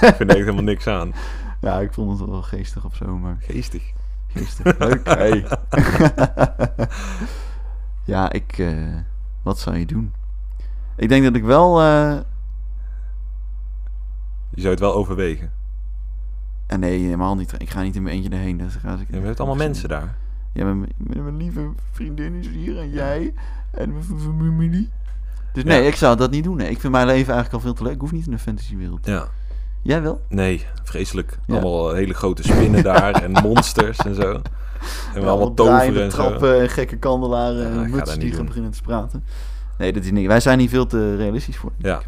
Speaker 1: vind er echt helemaal niks aan.
Speaker 2: ja, ik vond het wel geestig of zo, maar
Speaker 1: Geestig.
Speaker 2: geestig. Leuk, hey. ja, ik... eh, wat zou je doen? Ik denk dat ik wel... eh,
Speaker 1: Je zou het wel overwegen.
Speaker 2: Ah, nee, helemaal niet. Ik ga niet in mijn eentje erheen. Dus ga ik,
Speaker 1: Ja, maar je hebt allemaal mensen daar.
Speaker 2: Ja, mijn, mijn, mijn lieve vriendin is hier en jij en mijn v- familie. Dus nee,
Speaker 1: Ja.
Speaker 2: ik zou dat niet doen. Nee. Ik vind mijn leven eigenlijk al veel te leuk. Ik hoef niet in een fantasywereld.
Speaker 1: Ja.
Speaker 2: Jij wel?
Speaker 1: Nee, vreselijk.
Speaker 2: Ja.
Speaker 1: Allemaal eh, hele grote spinnen daar en monsters en zo. En we allemaal
Speaker 2: draaiende
Speaker 1: toveren en zo.
Speaker 2: trappen en gekke kandelaren
Speaker 1: Ja, ik ga
Speaker 2: en mutsen
Speaker 1: dat
Speaker 2: die
Speaker 1: niet
Speaker 2: gaan
Speaker 1: doen.
Speaker 2: beginnen te praten. Nee, dat is niet. Wij zijn hier veel te realistisch voor.
Speaker 1: Ja,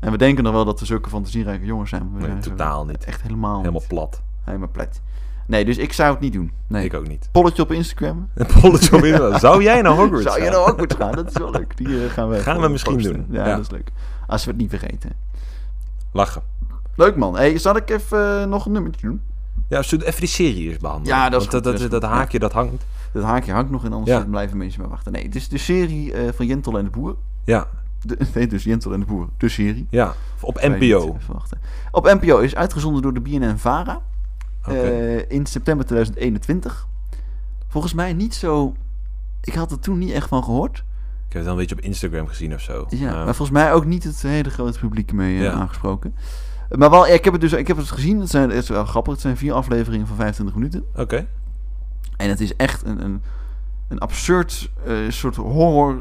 Speaker 2: En we denken nog wel dat we zulke fantasierijke jongens zijn. maar we
Speaker 1: nee,
Speaker 2: zijn zo
Speaker 1: totaal niet.
Speaker 2: Echt helemaal.
Speaker 1: Helemaal plat.
Speaker 2: Helemaal plat. Nee, dus ik zou het niet doen. Nee.
Speaker 1: Ik ook niet.
Speaker 2: Polletje op Instagram.
Speaker 1: Een polletje op Insta. Zou jij naar Hogwarts
Speaker 2: Zou je
Speaker 1: gaan?
Speaker 2: nou ook moeten gaan? Dat is wel leuk. Die eh, gaan we
Speaker 1: Gaan
Speaker 2: even
Speaker 1: we misschien
Speaker 2: posten.
Speaker 1: doen.
Speaker 2: Ja,
Speaker 1: Ja.
Speaker 2: dat is leuk. Als we het niet vergeten.
Speaker 1: Lachen.
Speaker 2: Leuk man. Hey, zal ik even eh, nog een nummertje doen?
Speaker 1: Ja, zullen we even die serieus behandelen?
Speaker 2: Ja, dat is
Speaker 1: Want
Speaker 2: goed,
Speaker 1: dat,
Speaker 2: dat is
Speaker 1: dat,
Speaker 2: goed.
Speaker 1: haakje dat hangt.
Speaker 2: Dat haakje hangt nog in, anders
Speaker 1: Ja.
Speaker 2: blijven mensen maar wachten. Nee, het is de serie eh, van Jentel en de Boer.
Speaker 1: Ja,
Speaker 2: De, nee, dus Jentel en de Boer. De serie.
Speaker 1: ja. Op
Speaker 2: Kan je
Speaker 1: NPO.
Speaker 2: niet verwachten. Op NPO is uitgezonden door de BNN-VARA
Speaker 1: Oké.
Speaker 2: eh, in september 2021. Volgens mij niet zo... Ik had er toen niet echt van gehoord.
Speaker 1: Ik heb het wel een beetje op Instagram gezien of zo.
Speaker 2: Ja,
Speaker 1: Eh,
Speaker 2: maar volgens mij ook niet het hele grote publiek mee eh,
Speaker 1: Ja.
Speaker 2: aangesproken. Maar wel, ja, ik heb het dus ik heb het gezien. Het, zijn, het is wel grappig. Het zijn vier afleveringen van 25 minuten.
Speaker 1: Oké.
Speaker 2: En het is echt een, een, een absurd eh, soort horror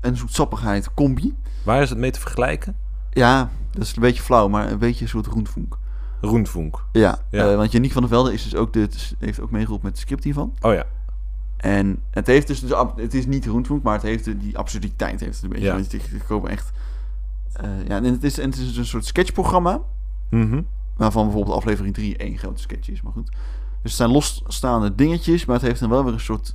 Speaker 2: en zoetsappigheid combi.
Speaker 1: Waar is het mee te vergelijken?
Speaker 2: Ja, dat is een beetje flauw, maar een beetje een soort roentvonk.
Speaker 1: Roentvonk.
Speaker 2: Ja,
Speaker 1: Ja.
Speaker 2: eh, want Janiek van der Velde is dus ook de, heeft ook meegeholpen met het script hiervan.
Speaker 1: Oh ja.
Speaker 2: En het heeft dus, de ab- het is niet roentvonk, maar het heeft de- die absurditeit heeft het een beetje.
Speaker 1: Ja.
Speaker 2: Want je- er komen echt... eh, ja, en het is, en het is een soort sketchprogramma.
Speaker 1: Mhm.
Speaker 2: Waarvan bijvoorbeeld aflevering 3 één grote sketch is, maar goed. Dus het zijn losstaande dingetjes, maar het heeft dan wel weer een soort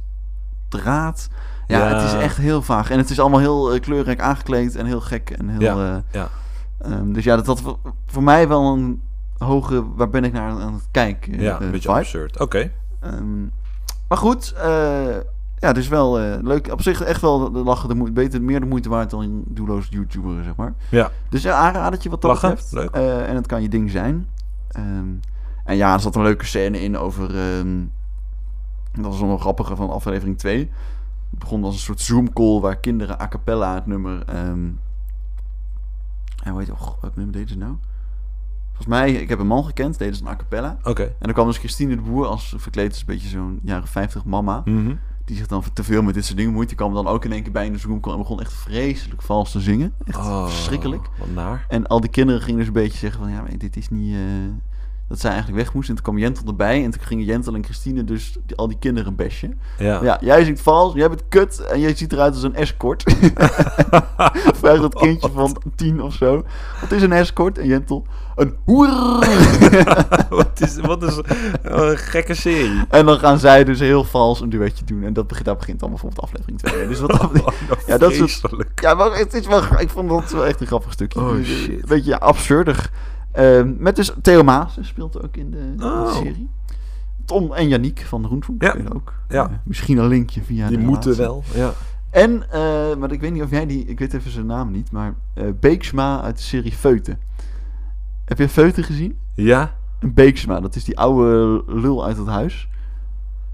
Speaker 2: draad. Ja,
Speaker 1: Ja.
Speaker 2: het is echt heel vaag. En het is allemaal heel eh, kleurrijk aangekleed en heel gek. En heel,
Speaker 1: Ja,
Speaker 2: eh,
Speaker 1: ja.
Speaker 2: ehm, dus ja, dat had voor- voor mij wel een hoge... Waar ben ik naar aan het kijken? eh,
Speaker 1: Ja, een
Speaker 2: eh,
Speaker 1: beetje
Speaker 2: vibe.
Speaker 1: absurd. Oké.
Speaker 2: Ehm, maar goed, eh, ja, dus wel eh, leuk. Op zich echt wel de lachen. De moe- beter, meer de moeite waard dan doelloos YouTuber, zeg maar.
Speaker 1: Ja.
Speaker 2: Dus een aanradertje wat dat
Speaker 1: Lachen,
Speaker 2: betreft.
Speaker 1: leuk.
Speaker 2: Eh, en het kan je ding zijn. Ehm, en ja, er zat een leuke scène in over... ehm, dat was nog een grappige van aflevering 2. Het begon als een soort Zoom-call waar kinderen a cappella het nummer... ehm en hoe heet het? Wat nummer deden ze nou? Volgens mij, ik heb een man gekend, deden ze een a cappella.
Speaker 1: Oké.
Speaker 2: En dan kwam dus Christine de Boer als verkleed als een beetje zo'n jaren 50 mama.
Speaker 1: Mhm.
Speaker 2: Die zich dan te veel met dit soort dingen moeit. Die kwam dan ook in één keer bij in de Zoom en begon echt vreselijk vals te zingen. Echt
Speaker 1: Oh,
Speaker 2: verschrikkelijk.
Speaker 1: Wat naar.
Speaker 2: En al die kinderen gingen dus een beetje zeggen van... Ja, maar dit is niet... eh, dat zij eigenlijk weg moesten. En toen kwam Jentel erbij. En toen gingen Jentel en Christine dus die- al die kinderen een bestje.
Speaker 1: Ja.
Speaker 2: Ja, jij zingt vals, jij bent kut. En jij ziet eruit als een escort. Vraag dat kindje van tien of zo. Wat is een escort? En Jentel... Een hoer!
Speaker 1: wat is, wat is wat een gekke serie.
Speaker 2: En dan gaan zij dus heel vals een duetje doen. En dat begint, daar begint dan bijvoorbeeld aflevering 2. Dus wat dat betreft- ja, dat is het,
Speaker 1: Oh, Vreselijk.
Speaker 2: ja, maar het is wel, gra- ik vond dat wel echt een grappig stukje.
Speaker 1: Oh,
Speaker 2: Dus, eh,
Speaker 1: shit.
Speaker 2: Een beetje ja, absurdig. Ehm, met dus Theo Maas speelt ook in de, in de
Speaker 1: Oh.
Speaker 2: serie. Tom en Yannick van Roentvonk
Speaker 1: Ja.
Speaker 2: spelen ook.
Speaker 1: Ja.
Speaker 2: Eh, misschien een linkje via
Speaker 1: Die
Speaker 2: de
Speaker 1: moeten
Speaker 2: relatie.
Speaker 1: wel. Ja.
Speaker 2: En, eh, maar ik weet niet of jij die... Ik weet even zijn naam niet, maar... eh, Beeksma uit de serie Feuten. Heb je Feuten gezien?
Speaker 1: Ja.
Speaker 2: Beeksma, dat is die oude lul uit het huis.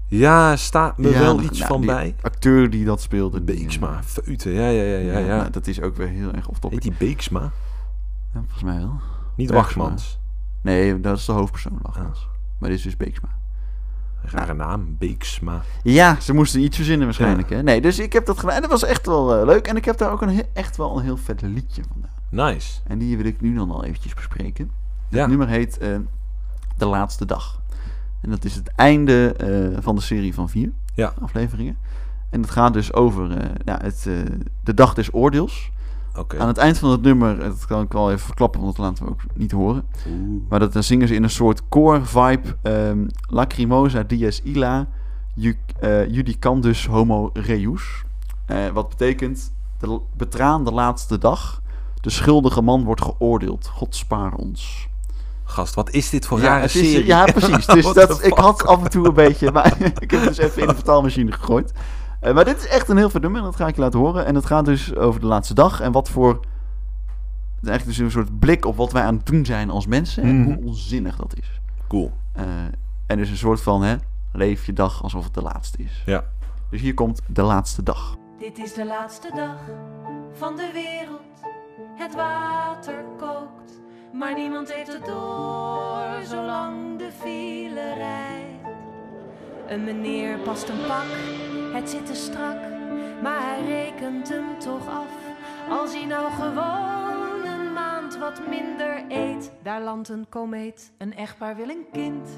Speaker 1: Ja, staat me
Speaker 2: Ja,
Speaker 1: wel
Speaker 2: dat-
Speaker 1: iets
Speaker 2: nou,
Speaker 1: van
Speaker 2: die
Speaker 1: bij.
Speaker 2: acteur die dat speelde. die,
Speaker 1: Beeksma, feuten. Ja, ja, ja, ja.
Speaker 2: eh,
Speaker 1: ja.
Speaker 2: nou, dat is ook weer heel erg off-topic.
Speaker 1: Heet die Beeksma?
Speaker 2: Ja, volgens mij wel.
Speaker 1: Niet
Speaker 2: Beeksma.
Speaker 1: Wachmans.
Speaker 2: Nee, dat is de hoofdpersoon, Lachmans. Maar dit is dus Beeksma.
Speaker 1: Rare naam, Beeksma.
Speaker 2: Ja, ze moesten iets verzinnen waarschijnlijk. Hè? Nee, dus ik heb dat gedaan. En dat was echt wel eh, leuk. En ik heb daar ook een he- echt wel een heel vet liedje vandaan.
Speaker 1: Nice.
Speaker 2: En die wil ik nu dan al eventjes bespreken.
Speaker 1: Ja.
Speaker 2: Het nummer heet eh, De Laatste Dag. En dat is het einde eh, van de serie van vier
Speaker 1: Ja.
Speaker 2: afleveringen. En dat gaat dus over eh, nou, het, eh, de dag des oordeels.
Speaker 1: Oké.
Speaker 2: Aan het eind van het nummer, eh, dat kan ik wel even verklappen, want dat laten we ook niet horen.
Speaker 1: Oeh.
Speaker 2: Maar dat, dan zingen ze in een soort core-vibe. ehm Lacrimosa dies illa, ju, eh, judicandus homo reus. Eh, wat betekent, de, l- betraan de laatste dag. De schuldige man wordt geoordeeld. God spaar ons.
Speaker 1: Gast, wat is dit voor rare
Speaker 2: het is-
Speaker 1: serie?
Speaker 2: ja, precies. Dus
Speaker 1: What
Speaker 2: dat,
Speaker 1: the
Speaker 2: ik
Speaker 1: fuck?
Speaker 2: had af en toe een beetje... Maar ik heb het dus even in de vertaalmachine gegooid. Eh, maar dit is echt een heel vet nummer. en Dat ga ik je laten horen. En het gaat dus over de laatste dag. En wat voor... het is Eigenlijk dus een soort blik op wat wij aan het doen zijn als mensen. En
Speaker 1: Mhm.
Speaker 2: hoe onzinnig dat is.
Speaker 1: Cool.
Speaker 2: Eh, en dus een soort van, hè, leef je dag alsof het de laatste is.
Speaker 1: Ja.
Speaker 2: Dus hier komt de laatste dag.
Speaker 5: Dit is de laatste dag van de wereld. Het water kookt, maar niemand heeft het door zolang de file rijdt. Een meneer past een pak, het zit te strak, maar hij rekent hem toch af. Als hij nou gewoon een maand
Speaker 6: wat minder eet. Daar landt een komeet. Een echtpaar wil een kind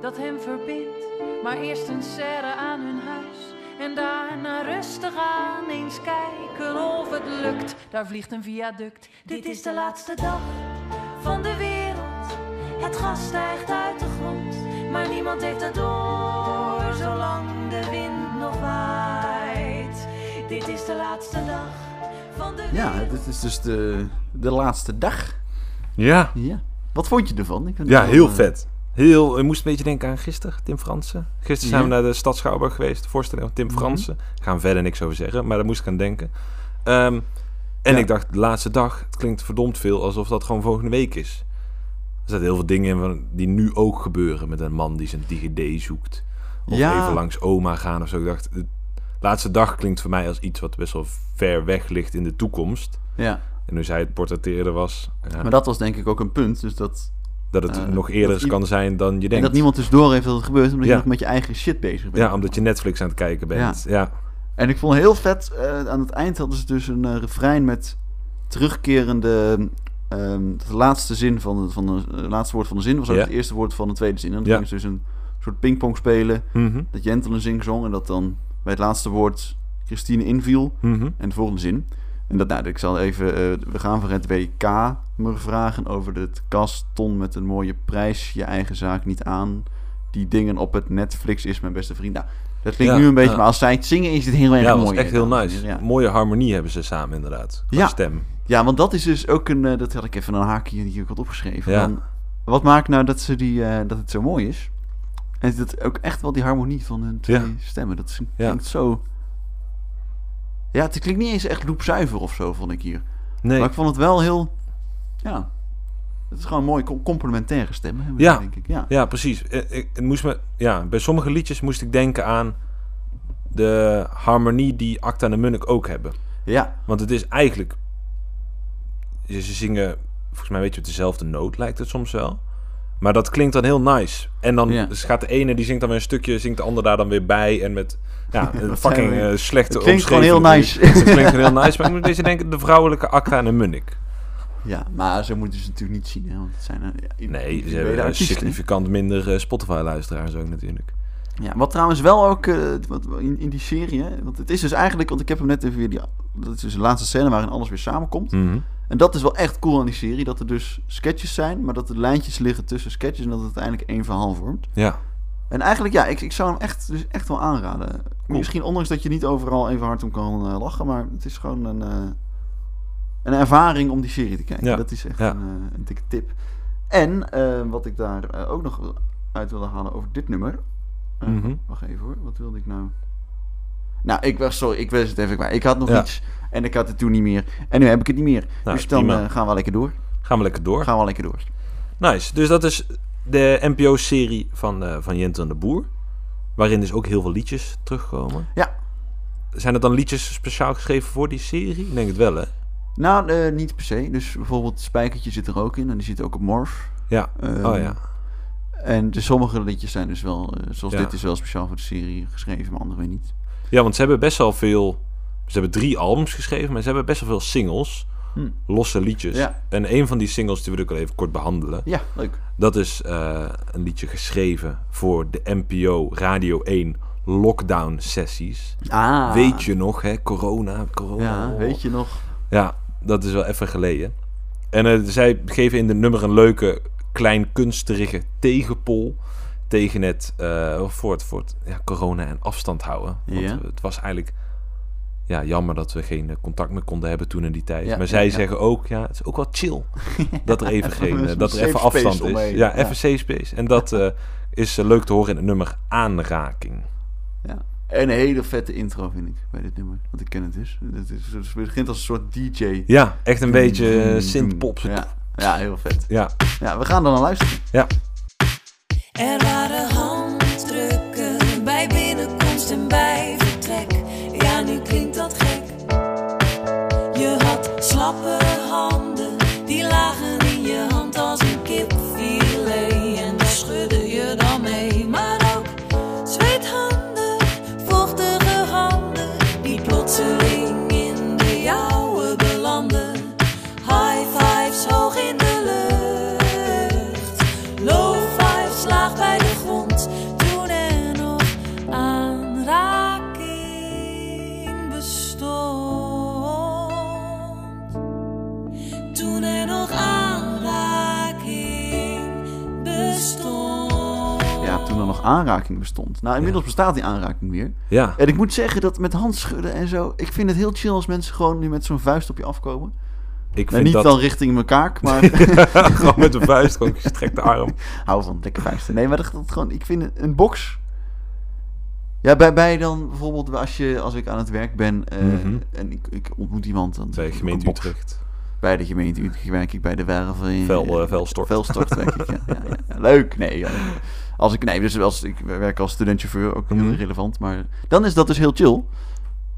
Speaker 6: dat hem verbindt. Maar eerst een serre aan hun huis. En daarna rustig aan eens kijken of het lukt. Daar vliegt een viaduct. Dit is de laatste dag van de wereld. Het gas stijgt uit de grond. Maar niemand heeft het door zolang de wind nog waait. Dit is de laatste dag van de wereld.
Speaker 2: Ja, dit is dus de, de laatste dag.
Speaker 1: Ja.
Speaker 2: Ja. Wat vond je ervan? Ik vind
Speaker 1: Ja,
Speaker 2: het wel,
Speaker 1: heel
Speaker 2: eh,
Speaker 1: vet. Heel, ik moest een beetje denken aan gisteren, Tim Fransen. Gisteren zijn
Speaker 2: Ja. Mhm.
Speaker 1: we naar de Stad Schouwburg geweest, de voorstelling van Tim Fransen. Ik ga er verder niks over zeggen, maar daar moest ik aan denken. Ehm, en
Speaker 2: Ja.
Speaker 1: ik dacht, de laatste dag, het klinkt verdomd veel alsof dat gewoon volgende week is. Er zaten heel veel dingen in van, die nu ook gebeuren met een man die zijn DigiD zoekt. Of
Speaker 2: Ja.
Speaker 1: even langs oma gaan of zo. Ik dacht, de laatste dag klinkt voor mij als iets wat best wel ver weg ligt in de toekomst.
Speaker 2: Ja,
Speaker 1: En nu zij het portretteren was, ja,
Speaker 2: maar dat was denk ik ook een punt. Dus dat,
Speaker 1: dat het
Speaker 2: eh,
Speaker 1: nog
Speaker 2: dat
Speaker 1: eerder
Speaker 2: i-
Speaker 1: kan zijn dan je
Speaker 2: en
Speaker 1: denkt.
Speaker 2: dat niemand dus door heeft dat het gebeurt, omdat
Speaker 1: Ja.
Speaker 2: je nog met je eigen shit bezig bent.
Speaker 1: Ja, omdat je Netflix aan het kijken bent. Ja.
Speaker 2: En ik vond heel vet, eh, aan het eind hadden ze dus een eh, refrein met terugkerende... ehm het laatste, zin van de, van de, het laatste woord van de zin was ook
Speaker 1: Ja.
Speaker 2: het eerste woord van de tweede zin. En dan
Speaker 1: Ja.
Speaker 2: gingen ze dus een soort pingpong spelen.
Speaker 1: Mhm,
Speaker 2: Dat Jentel een zing zong en dat dan bij het laatste woord Christine inviel.
Speaker 1: mhm.
Speaker 2: En de volgende zin. En dat, nou, ik zal even. eh, we gaan voor het WK me vragen over het kaston met een mooie prijs. Je eigen zaak niet aan. Die dingen op het Netflix is mijn beste vriend. Nou, dat klinkt
Speaker 1: Ja,
Speaker 2: nu een beetje,
Speaker 1: ja.
Speaker 2: maar als zij het zingen is dit heel erg
Speaker 1: Ja, dat
Speaker 2: mooi.
Speaker 1: was echt heel
Speaker 2: inderdaad.
Speaker 1: nice.
Speaker 2: Ja.
Speaker 1: Mooie harmonie hebben ze samen inderdaad. Qua
Speaker 2: Ja.
Speaker 1: stem.
Speaker 2: ja, want dat is dus ook een. eh, dat had ik even een haakje die ik had opgeschreven.
Speaker 1: Ja.
Speaker 2: Van, wat maakt nou dat, ze die, eh, dat het zo mooi is? En is dat ook echt wel die harmonie van hun twee
Speaker 1: Ja.
Speaker 2: stemmen. Dat is-
Speaker 1: Ja.
Speaker 2: klinkt zo. Ja, het klinkt niet eens echt loepzuiver of zo, vond ik hier.
Speaker 1: Nee.
Speaker 2: Maar ik vond het wel heel. Ja. Het is gewoon mooi co- complementaire stemmen. hebben we,
Speaker 1: Ja.
Speaker 2: Denk ik. Ja.
Speaker 1: Ja, precies. Eh, Ik, het moest me, ja, bij sommige liedjes moest ik denken aan de harmonie die Acta en de Munnik ook hebben.
Speaker 2: ja.
Speaker 1: Want het is eigenlijk... Ze ze zingen, volgens mij weet je, op dezelfde noot lijkt het soms wel. Maar dat klinkt dan heel nice. En dan
Speaker 2: Ja.
Speaker 1: dus gaat de ene, die zingt dan weer een stukje, zingt de ander daar dan weer bij. En met ja, een
Speaker 2: Wat
Speaker 1: fucking
Speaker 2: zijn we?
Speaker 1: eh, slechte
Speaker 2: Het klinkt gewoon
Speaker 1: omschreven
Speaker 2: heel
Speaker 1: muziek.
Speaker 2: nice.
Speaker 1: Het klinkt gewoon heel nice. Maar ik moet deze denken, de vrouwelijke Acta en de Munnik.
Speaker 2: Ja, maar zo moeten ze het natuurlijk niet zien. Hè, want het zijn. eh, i-
Speaker 1: Nee, ze
Speaker 2: individuele
Speaker 1: hebben eh,
Speaker 2: artiesten.
Speaker 1: significant minder eh, Spotify-luisteraars ook natuurlijk.
Speaker 2: Ja, wat trouwens wel ook eh, wat, in, in die serie. Hè, want het is dus eigenlijk. Want ik heb hem net even weer. Die, dat is dus de laatste scène waarin alles weer samenkomt.
Speaker 1: Hm.
Speaker 2: En dat is wel echt cool aan die serie. Dat er dus sketches zijn. Maar dat er lijntjes liggen tussen sketches. En dat het uiteindelijk één verhaal vormt.
Speaker 1: Ja,
Speaker 2: En eigenlijk, ja, ik, ik zou hem echt, dus echt wel aanraden. Misschien ondanks dat je niet overal even hard om kan eh, lachen, maar het is gewoon een, eh, een ervaring om die serie te kijken.
Speaker 1: Ja,
Speaker 2: Dat is echt
Speaker 1: ja.
Speaker 2: een, eh, een dikke tip. En eh, wat ik daar eh, ook nog wil- uit wilde halen over dit nummer. Eh,
Speaker 1: Mhm.
Speaker 2: Wacht even hoor, wat wilde ik nou? Nou, ik was, sorry, ik wist het even kwijt. Ik had nog
Speaker 1: Ja.
Speaker 2: iets en ik had het toen niet meer. En nu heb ik het niet meer.
Speaker 1: Nou,
Speaker 2: dus dan
Speaker 1: prima.
Speaker 2: eh, gaan we lekker door.
Speaker 1: gaan we lekker door.
Speaker 2: Gaan we lekker door.
Speaker 1: Nice. Dus dat is de NPO-serie van, eh, van Jent en de Boer. Waarin dus ook heel veel liedjes terugkomen.
Speaker 2: Ja.
Speaker 1: Zijn er dan liedjes speciaal geschreven voor die serie? Ik denk het wel, hè?
Speaker 2: Nou, eh, niet per se. Dus bijvoorbeeld Spijkertje zit er ook in en die zit ook op Morph.
Speaker 1: Ja.
Speaker 2: Ehm,
Speaker 1: oh ja.
Speaker 2: En de sommige liedjes zijn dus wel, eh, zoals
Speaker 1: Ja.
Speaker 2: dit is wel speciaal voor de serie geschreven, maar andere weer niet.
Speaker 1: Ja, want ze hebben best wel veel... Ze hebben drie albums geschreven, maar ze hebben best wel veel singles.
Speaker 2: Hm.
Speaker 1: Losse liedjes.
Speaker 2: Ja.
Speaker 1: En een van die singles, die wil ik al even kort behandelen.
Speaker 2: Ja, leuk.
Speaker 1: Dat is eh, een liedje geschreven voor de NPO Radio 1 lockdown sessies.
Speaker 2: Ah,
Speaker 1: Weet je nog, hè? Corona, corona.
Speaker 2: Ja, weet je nog?
Speaker 1: Ja, dat is wel even geleden. En eh, zij geven in de nummer een leuke, klein kunsterige tegenpol. Tegen het, eh, voor het, voor het ja, corona en afstand houden. Want
Speaker 2: Ja.
Speaker 1: het was eigenlijk ja, jammer dat we geen eh, contact meer konden hebben toen in die tijd.
Speaker 2: Ja,
Speaker 1: maar
Speaker 2: ja,
Speaker 1: zij
Speaker 2: ja.
Speaker 1: zeggen ook, ja, het is ook wel chill dat er even, geen,
Speaker 2: een
Speaker 1: eh, dat er
Speaker 2: safe
Speaker 1: even
Speaker 2: space
Speaker 1: afstand is.
Speaker 2: omheen.
Speaker 1: Ja,
Speaker 2: Ja.
Speaker 1: even safe space. En dat eh, is eh, leuk te horen in het nummer Aanraking.
Speaker 2: Ja. Een hele vette intro vind ik bij dit nummer, want ik ken het dus. Het, is, het begint als een soort DJ.
Speaker 1: Ja, echt een beetje eh, synthpop.
Speaker 2: Mm, Ja. ja, heel vet.
Speaker 1: ja,
Speaker 2: Ja, we gaan dan naar luisteren.
Speaker 1: ja.
Speaker 4: Er waren handdrukken bij binnenkomst en bij vertrek. Ja, nu klinkt dat gek. Je had slappe handen, die lagen in je hand als een kipfilet. En daar schudde je dan mee. Maar ook zweethanden, vochtige handen, die plotseling in de jouwe belanden. High fives hoog in de bestond.
Speaker 2: Ja, toen er nog aanraking bestond. Nou, inmiddels bestaat die aanraking weer.
Speaker 1: Ja,
Speaker 2: En ik moet zeggen dat met handschudden en zo... Ik vind het heel chill als mensen gewoon nu met zo'n vuist op je afkomen.
Speaker 1: ik
Speaker 2: Nou,
Speaker 1: vind
Speaker 2: niet
Speaker 1: dat...
Speaker 2: dan richting mijn kaak, maar...
Speaker 1: gewoon met de vuist, gewoon gestrekte arm.
Speaker 2: Hou van lekker vuisten. Nee, maar dat, dat gewoon... Ik vind een, een box... Ja, bij, bij dan bijvoorbeeld als, je, als ik aan het werk ben eh,
Speaker 1: Mhm.
Speaker 2: en ik, ik ontmoet iemand... Dan doe
Speaker 1: Bij
Speaker 2: ik
Speaker 1: gemeente
Speaker 2: een box.
Speaker 1: Utrecht.
Speaker 2: Bij de gemeente Utrecht werk ik bij de werf. in-
Speaker 1: Vel, eh, velstort.
Speaker 2: Velstort werk ik, ja. ja, ja. Leuk, nee. ja. Als ik, nee, dus als, ik werk als studentchauffeur, ook heel
Speaker 1: Mhm.
Speaker 2: relevant. Maar dan is dat dus heel chill.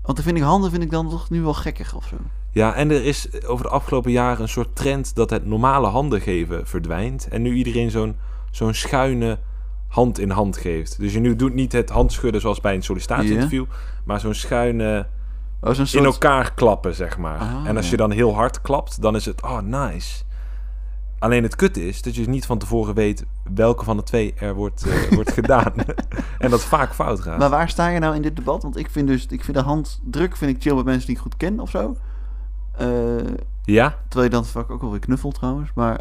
Speaker 2: Want dan vind ik handen vind ik dan toch nu wel gekkig of zo.
Speaker 1: Ja, en er is over de afgelopen jaren een soort trend dat het normale handen geven verdwijnt. En nu iedereen zo'n zo'n schuine hand in hand geeft. Dus je nu doet niet het handschudden zoals bij een sollicitatieinterview, maar zo'n schuine
Speaker 2: Oh, zo'n soort...
Speaker 1: in elkaar klappen, zeg maar.
Speaker 2: Ah,
Speaker 1: en als
Speaker 2: ja.
Speaker 1: je dan heel hard klapt, dan is het, oh, nice. Alleen het kut is dat je niet van tevoren weet welke van de twee er wordt, eh, wordt gedaan. en dat vaak fout gaat.
Speaker 2: Maar waar sta je nou in dit debat? Want ik vind dus, ik vind de handdruk vind ik chill bij mensen die ik goed ken of zo. Eh,
Speaker 1: Ja?
Speaker 2: terwijl je dan vaak ook alweer knuffelt trouwens. Maar,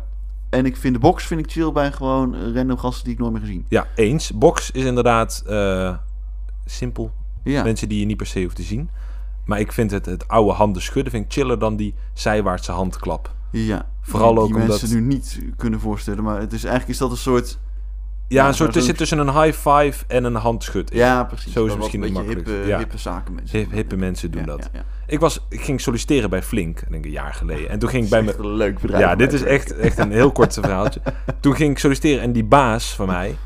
Speaker 2: en ik vind de box vind ik chill bij gewoon eh, random gasten die ik nooit meer gezien.
Speaker 1: Ja, eens. Box is inderdaad eh, simpel.
Speaker 2: Ja.
Speaker 1: Mensen die je niet per se hoeft te zien. Maar ik vind het, het oude handen schudden vind ik chiller dan die zijwaartse handklap.
Speaker 2: Ja,
Speaker 1: Vooral
Speaker 2: die,
Speaker 1: ook
Speaker 2: die
Speaker 1: omdat-
Speaker 2: mensen nu niet kunnen voorstellen, maar het is eigenlijk is dat een soort
Speaker 1: Ja,
Speaker 2: Ja,
Speaker 1: een soort,
Speaker 2: zo'n-
Speaker 1: er zit tussen een high five en een handschud. in.
Speaker 2: ja, precies.
Speaker 1: Zo is
Speaker 2: wel wat
Speaker 1: misschien
Speaker 2: een
Speaker 1: het
Speaker 2: beetje hippe,
Speaker 1: makkelijkste. Ja.
Speaker 2: hippe zaken mensen.
Speaker 1: Hip- hippe mensen doen dat.
Speaker 2: Ja, ja.
Speaker 1: Ik, was, ik ging solliciteren bij Flink, ik denk een jaar geleden. En toen ging ik bij
Speaker 2: Echt
Speaker 1: mijn...
Speaker 2: een leuk bedrijf.
Speaker 1: Ja,
Speaker 2: om
Speaker 1: dit
Speaker 2: bij
Speaker 1: is
Speaker 2: te werken.
Speaker 1: echt, echt een heel kort verhaaltje. Toen ging ik solliciteren en die baas van mij,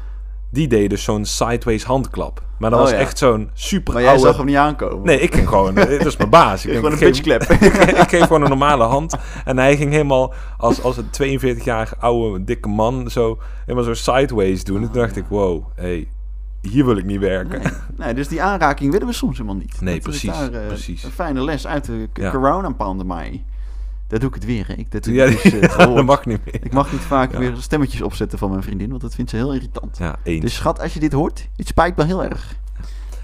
Speaker 1: die deed dus zo'n sideways handklap. Maar dat
Speaker 2: Oh,
Speaker 1: was
Speaker 2: ja.
Speaker 1: echt zo'n super
Speaker 2: Maar jij
Speaker 1: oude...
Speaker 2: zag hem niet aankomen.
Speaker 1: Nee, ik ging gewoon... Dit was mijn baas. Ik denk,
Speaker 2: gewoon een
Speaker 1: geef-
Speaker 2: bitchklep.
Speaker 1: ik geef gewoon een normale hand. En hij ging helemaal als, als een 42-jarige oude dikke man zo helemaal zo sideways doen. En toen dacht ik, wow, hey, hier wil ik niet werken.
Speaker 2: nee, dus die aanraking willen we soms helemaal niet.
Speaker 1: Nee,
Speaker 2: Dat is
Speaker 1: precies,
Speaker 2: eh,
Speaker 1: precies.
Speaker 2: Een fijne les uit de
Speaker 1: Ja.
Speaker 2: corona-pandemie. Dat doe ik het weer, hè. Ik, dat, doe
Speaker 1: Ja,
Speaker 2: ik dus, eh,
Speaker 1: dat
Speaker 2: gehoord.
Speaker 1: mag niet meer.
Speaker 2: ik mag niet vaak
Speaker 1: Ja.
Speaker 2: weer stemmetjes opzetten van mijn vriendin, want dat vindt ze heel irritant.
Speaker 1: Ja, eens.
Speaker 2: Dus schat, als je dit hoort, het spijt me heel erg.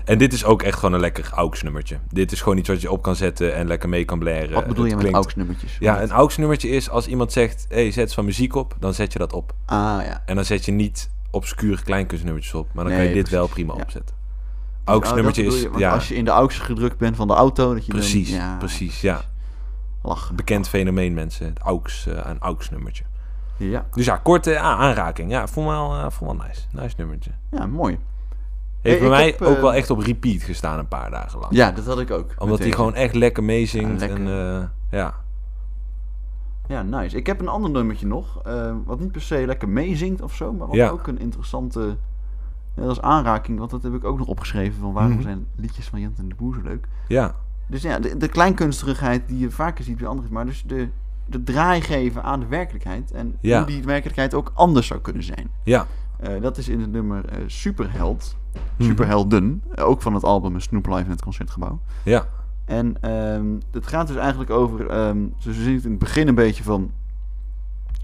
Speaker 1: En dit is ook echt gewoon een lekker AUX-nummertje. Dit is gewoon iets wat je op kan zetten en lekker mee kan blaren.
Speaker 2: Wat bedoel
Speaker 1: Het
Speaker 2: je met
Speaker 1: klinkt-
Speaker 2: AUX-nummertjes?
Speaker 1: Ja, een AUX-nummertje is als iemand zegt, hey, zet van muziek op, dan zet je dat op.
Speaker 2: Ah, ja.
Speaker 1: En dan zet je niet obscure kleinkunstnummertjes op, maar dan
Speaker 2: Nee,
Speaker 1: kan je dit
Speaker 2: precies.
Speaker 1: wel prima
Speaker 2: Ja.
Speaker 1: opzetten.
Speaker 2: Oh, dat
Speaker 1: AUX-nummertje
Speaker 2: bedoel
Speaker 1: is,
Speaker 2: je, want
Speaker 1: ja,
Speaker 2: als je in de AUX gedrukt bent van de auto, dat je dan-
Speaker 1: precies,
Speaker 2: ja,
Speaker 1: precies, ja.
Speaker 2: Lachen.
Speaker 1: bekend fenomeen, mensen. Het AUX, eh, een AUX-nummertje.
Speaker 2: Ja.
Speaker 1: Dus ja, korte a- aanraking. Ja, vond wel, eh, vond wel nice. Nice nummertje.
Speaker 2: ja, mooi.
Speaker 1: Heeft
Speaker 2: ik
Speaker 1: bij mij
Speaker 2: heb, eh,
Speaker 1: ook wel echt op repeat gestaan een paar dagen lang.
Speaker 2: Ja, dat had ik ook. eh,
Speaker 1: Omdat
Speaker 2: Meteen.
Speaker 1: hij gewoon echt lekker meezingt.
Speaker 2: Ja, lekker.
Speaker 1: En eh, ja,
Speaker 2: Ja, nice. Ik heb een ander nummertje nog. eh, wat niet per se lekker meezingt of zo, maar wat
Speaker 1: Ja.
Speaker 2: ook een interessante. Net als aanraking, want dat heb ik ook nog opgeschreven. Van waarom
Speaker 1: Mhm.
Speaker 2: zijn liedjes van Jent en de Boer zo leuk?
Speaker 1: ja,
Speaker 2: Dus ja, de, de kleinkunstigheid die je vaker ziet bij anderen. Maar dus de, de draai geven aan de werkelijkheid. En
Speaker 1: Ja.
Speaker 2: hoe die werkelijkheid ook anders zou kunnen zijn.
Speaker 1: ja.
Speaker 2: Eh, dat is in het nummer eh, Superheld.
Speaker 1: Mhm.
Speaker 2: Superhelden. eh, Ook van het album Snoop Live in het Concertgebouw.
Speaker 1: Ja,
Speaker 2: En ehm het gaat dus eigenlijk over. ehm ze ze ziet in het begin een beetje van.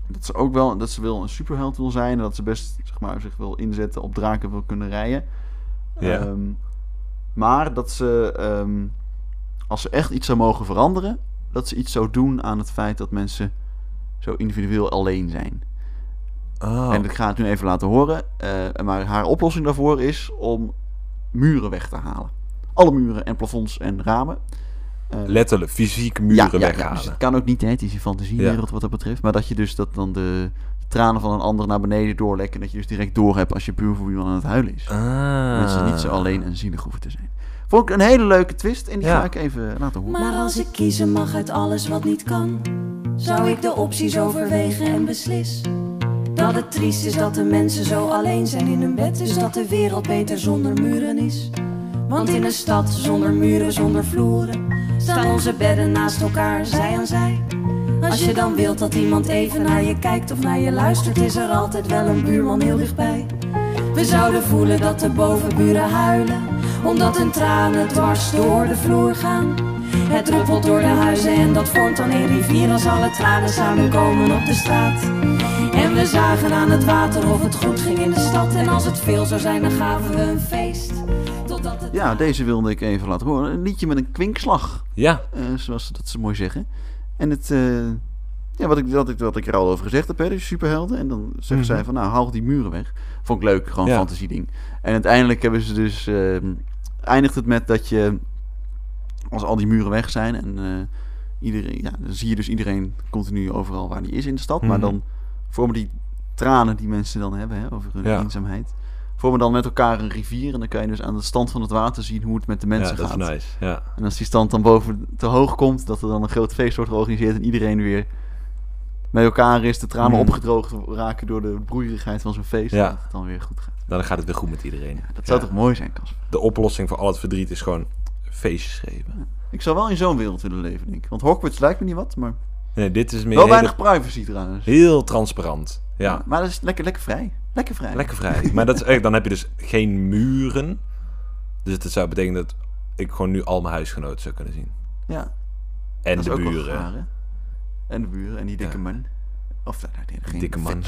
Speaker 2: Dat ze ook wel. Dat ze wel een superheld wil zijn. En dat ze best zeg maar, zich wil inzetten op draken wil kunnen rijden.
Speaker 1: Ja.
Speaker 2: Ehm, maar dat ze. ehm, als ze echt iets zou mogen veranderen. Dat ze iets zou doen aan het feit dat mensen zo individueel alleen zijn.
Speaker 1: Ah,
Speaker 2: En ik ga het nu even laten horen. eh, maar haar oplossing daarvoor is om muren weg te halen. Alle muren en plafonds en ramen.
Speaker 1: letterlijk fysiek muren
Speaker 2: dus het
Speaker 1: weghalen.
Speaker 2: kan ook niet, hè? het is een fantasiewereld wat dat betreft. Maar dat je dus dat dan de tranen van een ander naar beneden doorlekken. En dat je dus direct doorhebt als je buur voor iemand aan het huilen is.
Speaker 1: Ah.
Speaker 2: Dat ze niet zo alleen en zielig hoeven te zijn. Vond ik een hele leuke twist en die
Speaker 1: Ja.
Speaker 2: ga ik even laten horen.
Speaker 4: Maar als ik kiezen mag uit alles wat niet kan, zou ik de opties overwegen en beslis. Dat het triest is dat de mensen zo alleen zijn in hun bed, dus dat de wereld beter zonder muren is. Want in een stad zonder muren, zonder vloeren, staan onze bedden naast elkaar, zij aan zij. Als je dan wilt dat iemand even naar je kijkt of naar je luistert, is er altijd wel een buurman heel dichtbij. We zouden voelen dat de bovenburen huilen, omdat hun tranen dwars door de vloer gaan. Het druppelt door de huizen en dat vormt dan een rivier als alle tranen samenkomen op de straat. En we zagen aan het water of het goed ging in de stad. En als het veel zou zijn, dan gaven we een feest. Totdat het
Speaker 2: Ja, deze wilde ik even laten horen. Een liedje met een kwinkslag,
Speaker 1: Ja,
Speaker 2: eh, zoals ze dat ze mooi zeggen. En het, eh, Ja, wat ik, wat, ik, wat ik er al over gezegd heb, hè, de superhelden. En dan zegt
Speaker 1: Mhm.
Speaker 2: zij van, nou, haal die muren weg. Vond ik leuk, gewoon
Speaker 1: Ja.
Speaker 2: fantasieding. En uiteindelijk hebben ze dus... ehm, eindigt het met dat je... Als al die muren weg zijn en... eh, iedereen, ja, dan zie je dus iedereen continu overal waar die is in de stad. Maar
Speaker 1: Mhm.
Speaker 2: dan vormen die tranen die mensen dan hebben hè, over hun
Speaker 1: Ja.
Speaker 2: eenzaamheid... vormen dan met elkaar een rivier. En dan kan je dus aan de stand van het water zien hoe het met de mensen
Speaker 1: ja, dat
Speaker 2: gaat.
Speaker 1: is nice. Ja.
Speaker 2: En als die stand dan boven te hoog komt, dat er dan een groot feest wordt georganiseerd en iedereen weer met elkaar is, de tranen
Speaker 1: Mm.
Speaker 2: opgedroogd raken door de broeierigheid van zo'n feest,
Speaker 1: Ja.
Speaker 2: dat het dan weer goed gaat.
Speaker 1: Nou, dan gaat het weer goed met iedereen.
Speaker 2: Ja, dat zou
Speaker 1: Ja.
Speaker 2: toch mooi zijn, Casper?
Speaker 1: De oplossing voor al het verdriet is gewoon feestjes geven.
Speaker 2: Ik zou wel in zo'n wereld willen leven, denk ik. Want Hogwarts lijkt me niet wat, maar
Speaker 1: Nee, dit is meer
Speaker 2: wel
Speaker 1: hele-
Speaker 2: weinig privacy trouwens.
Speaker 1: heel transparant. Ja,
Speaker 2: Maar dat is lekker, lekker vrij. Lekker vrij.
Speaker 1: lekker vrij. Maar dat is echt, dan heb je dus geen muren. Dus dat zou betekenen dat ik gewoon nu al mijn huisgenoten zou kunnen zien.
Speaker 2: Ja,
Speaker 1: En
Speaker 2: dat
Speaker 1: de
Speaker 2: is ook wel
Speaker 1: buren.
Speaker 2: gaar, hè? En de buren en die dikke
Speaker 1: Ja.
Speaker 2: man. Of nou, nee, geen
Speaker 1: Dikke man.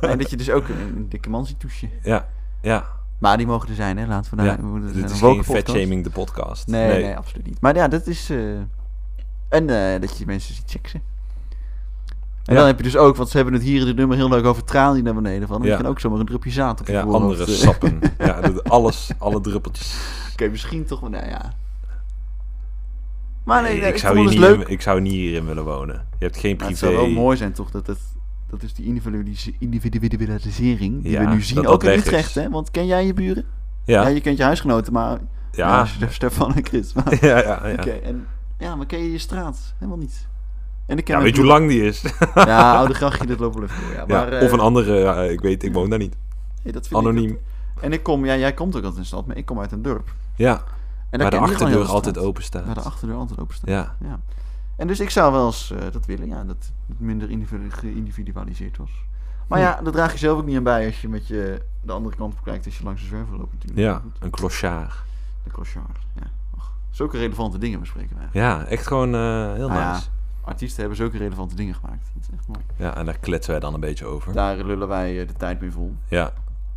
Speaker 2: Nee, dat je dus ook een, een dikke man ziet touchen.
Speaker 1: ja, ja.
Speaker 2: Maar die mogen er zijn, hè? Laten we daar...
Speaker 1: ja.
Speaker 2: we moeten-
Speaker 1: Dit
Speaker 2: een
Speaker 1: is
Speaker 2: woke
Speaker 1: geen
Speaker 2: podcast.
Speaker 1: fatshaming de podcast.
Speaker 2: Nee, nee, absoluut niet. Maar ja, dat is. eh, en eh, dat je mensen ziet seksen.
Speaker 1: Ja.
Speaker 2: En dan heb je dus ook, want ze hebben het hier in het nummer heel leuk over traal die naar beneden van. Maar
Speaker 1: Ja.
Speaker 2: Je kan ook zomaar een drupje zaad op je
Speaker 1: Ja,
Speaker 2: voorhoofd,
Speaker 1: andere
Speaker 2: eh.
Speaker 1: sappen. ja, dat- alles, alle druppeltjes.
Speaker 2: Oké, misschien toch wel, nou ja. Maar nee, nee,
Speaker 1: ik,
Speaker 2: ik,
Speaker 1: zou
Speaker 2: vond
Speaker 1: hier
Speaker 2: het dus
Speaker 1: niet
Speaker 2: leuk.
Speaker 1: in- ik zou niet hierin willen wonen. Je hebt geen
Speaker 2: Maar
Speaker 1: privé.
Speaker 2: het zou wel mooi zijn toch, dat het, dat is die individualis- individualisering die
Speaker 1: Ja,
Speaker 2: we nu zien.
Speaker 1: dat dat
Speaker 2: ook in
Speaker 1: weg
Speaker 2: Utrecht,
Speaker 1: is.
Speaker 2: hè? Want ken jij je buren? Ja,
Speaker 1: Ja,
Speaker 2: je kent je huisgenoten, maar... Ja,
Speaker 1: ja.
Speaker 2: Stefan en Chris. Maar...
Speaker 1: Ja, ja, ja.
Speaker 2: Oké, en... Ja, maar ken je je straat? Helemaal niet. En ik ken
Speaker 1: Ja,
Speaker 2: mijn
Speaker 1: weet je hoe lang die is?
Speaker 2: Ja, oude grachtje, dat loopt wel even door. Ja, maar,
Speaker 1: ja,
Speaker 2: eh,
Speaker 1: of een andere, ja, ik weet, ik woon daar niet.
Speaker 2: hey, dat vind ik-
Speaker 1: Anoniem.
Speaker 2: en ik kom, ja, jij komt ook uit een stad, maar ik kom uit een dorp.
Speaker 1: Ja,
Speaker 2: En
Speaker 1: waar de
Speaker 2: ken ik dan heel
Speaker 1: achterdeur
Speaker 2: de
Speaker 1: altijd
Speaker 2: straat.
Speaker 1: open staat.
Speaker 2: Waar de achterdeur altijd open staat.
Speaker 1: Ja,
Speaker 2: En dus ik zou wel eens eh, dat willen, ja, dat het minder individu- geïndividualiseerd was.
Speaker 1: Hm.
Speaker 2: Maar ja, daar draag je zelf ook niet aan bij als je met je de andere kant op kijkt als je langs de zwerver loopt natuurlijk.
Speaker 1: ja, een clochard.
Speaker 2: De crochard, ja. Och, zulke relevante dingen bespreken wij.
Speaker 1: Ja,
Speaker 2: eigenlijk.
Speaker 1: echt gewoon eh, heel
Speaker 2: Nou ja.
Speaker 1: nice.
Speaker 2: Artiesten hebben zulke relevante dingen gemaakt. Dat is echt mooi.
Speaker 1: Ja, en daar kletsen wij dan een beetje over. Ja.
Speaker 2: Daar lullen wij eh, de tijd mee vol.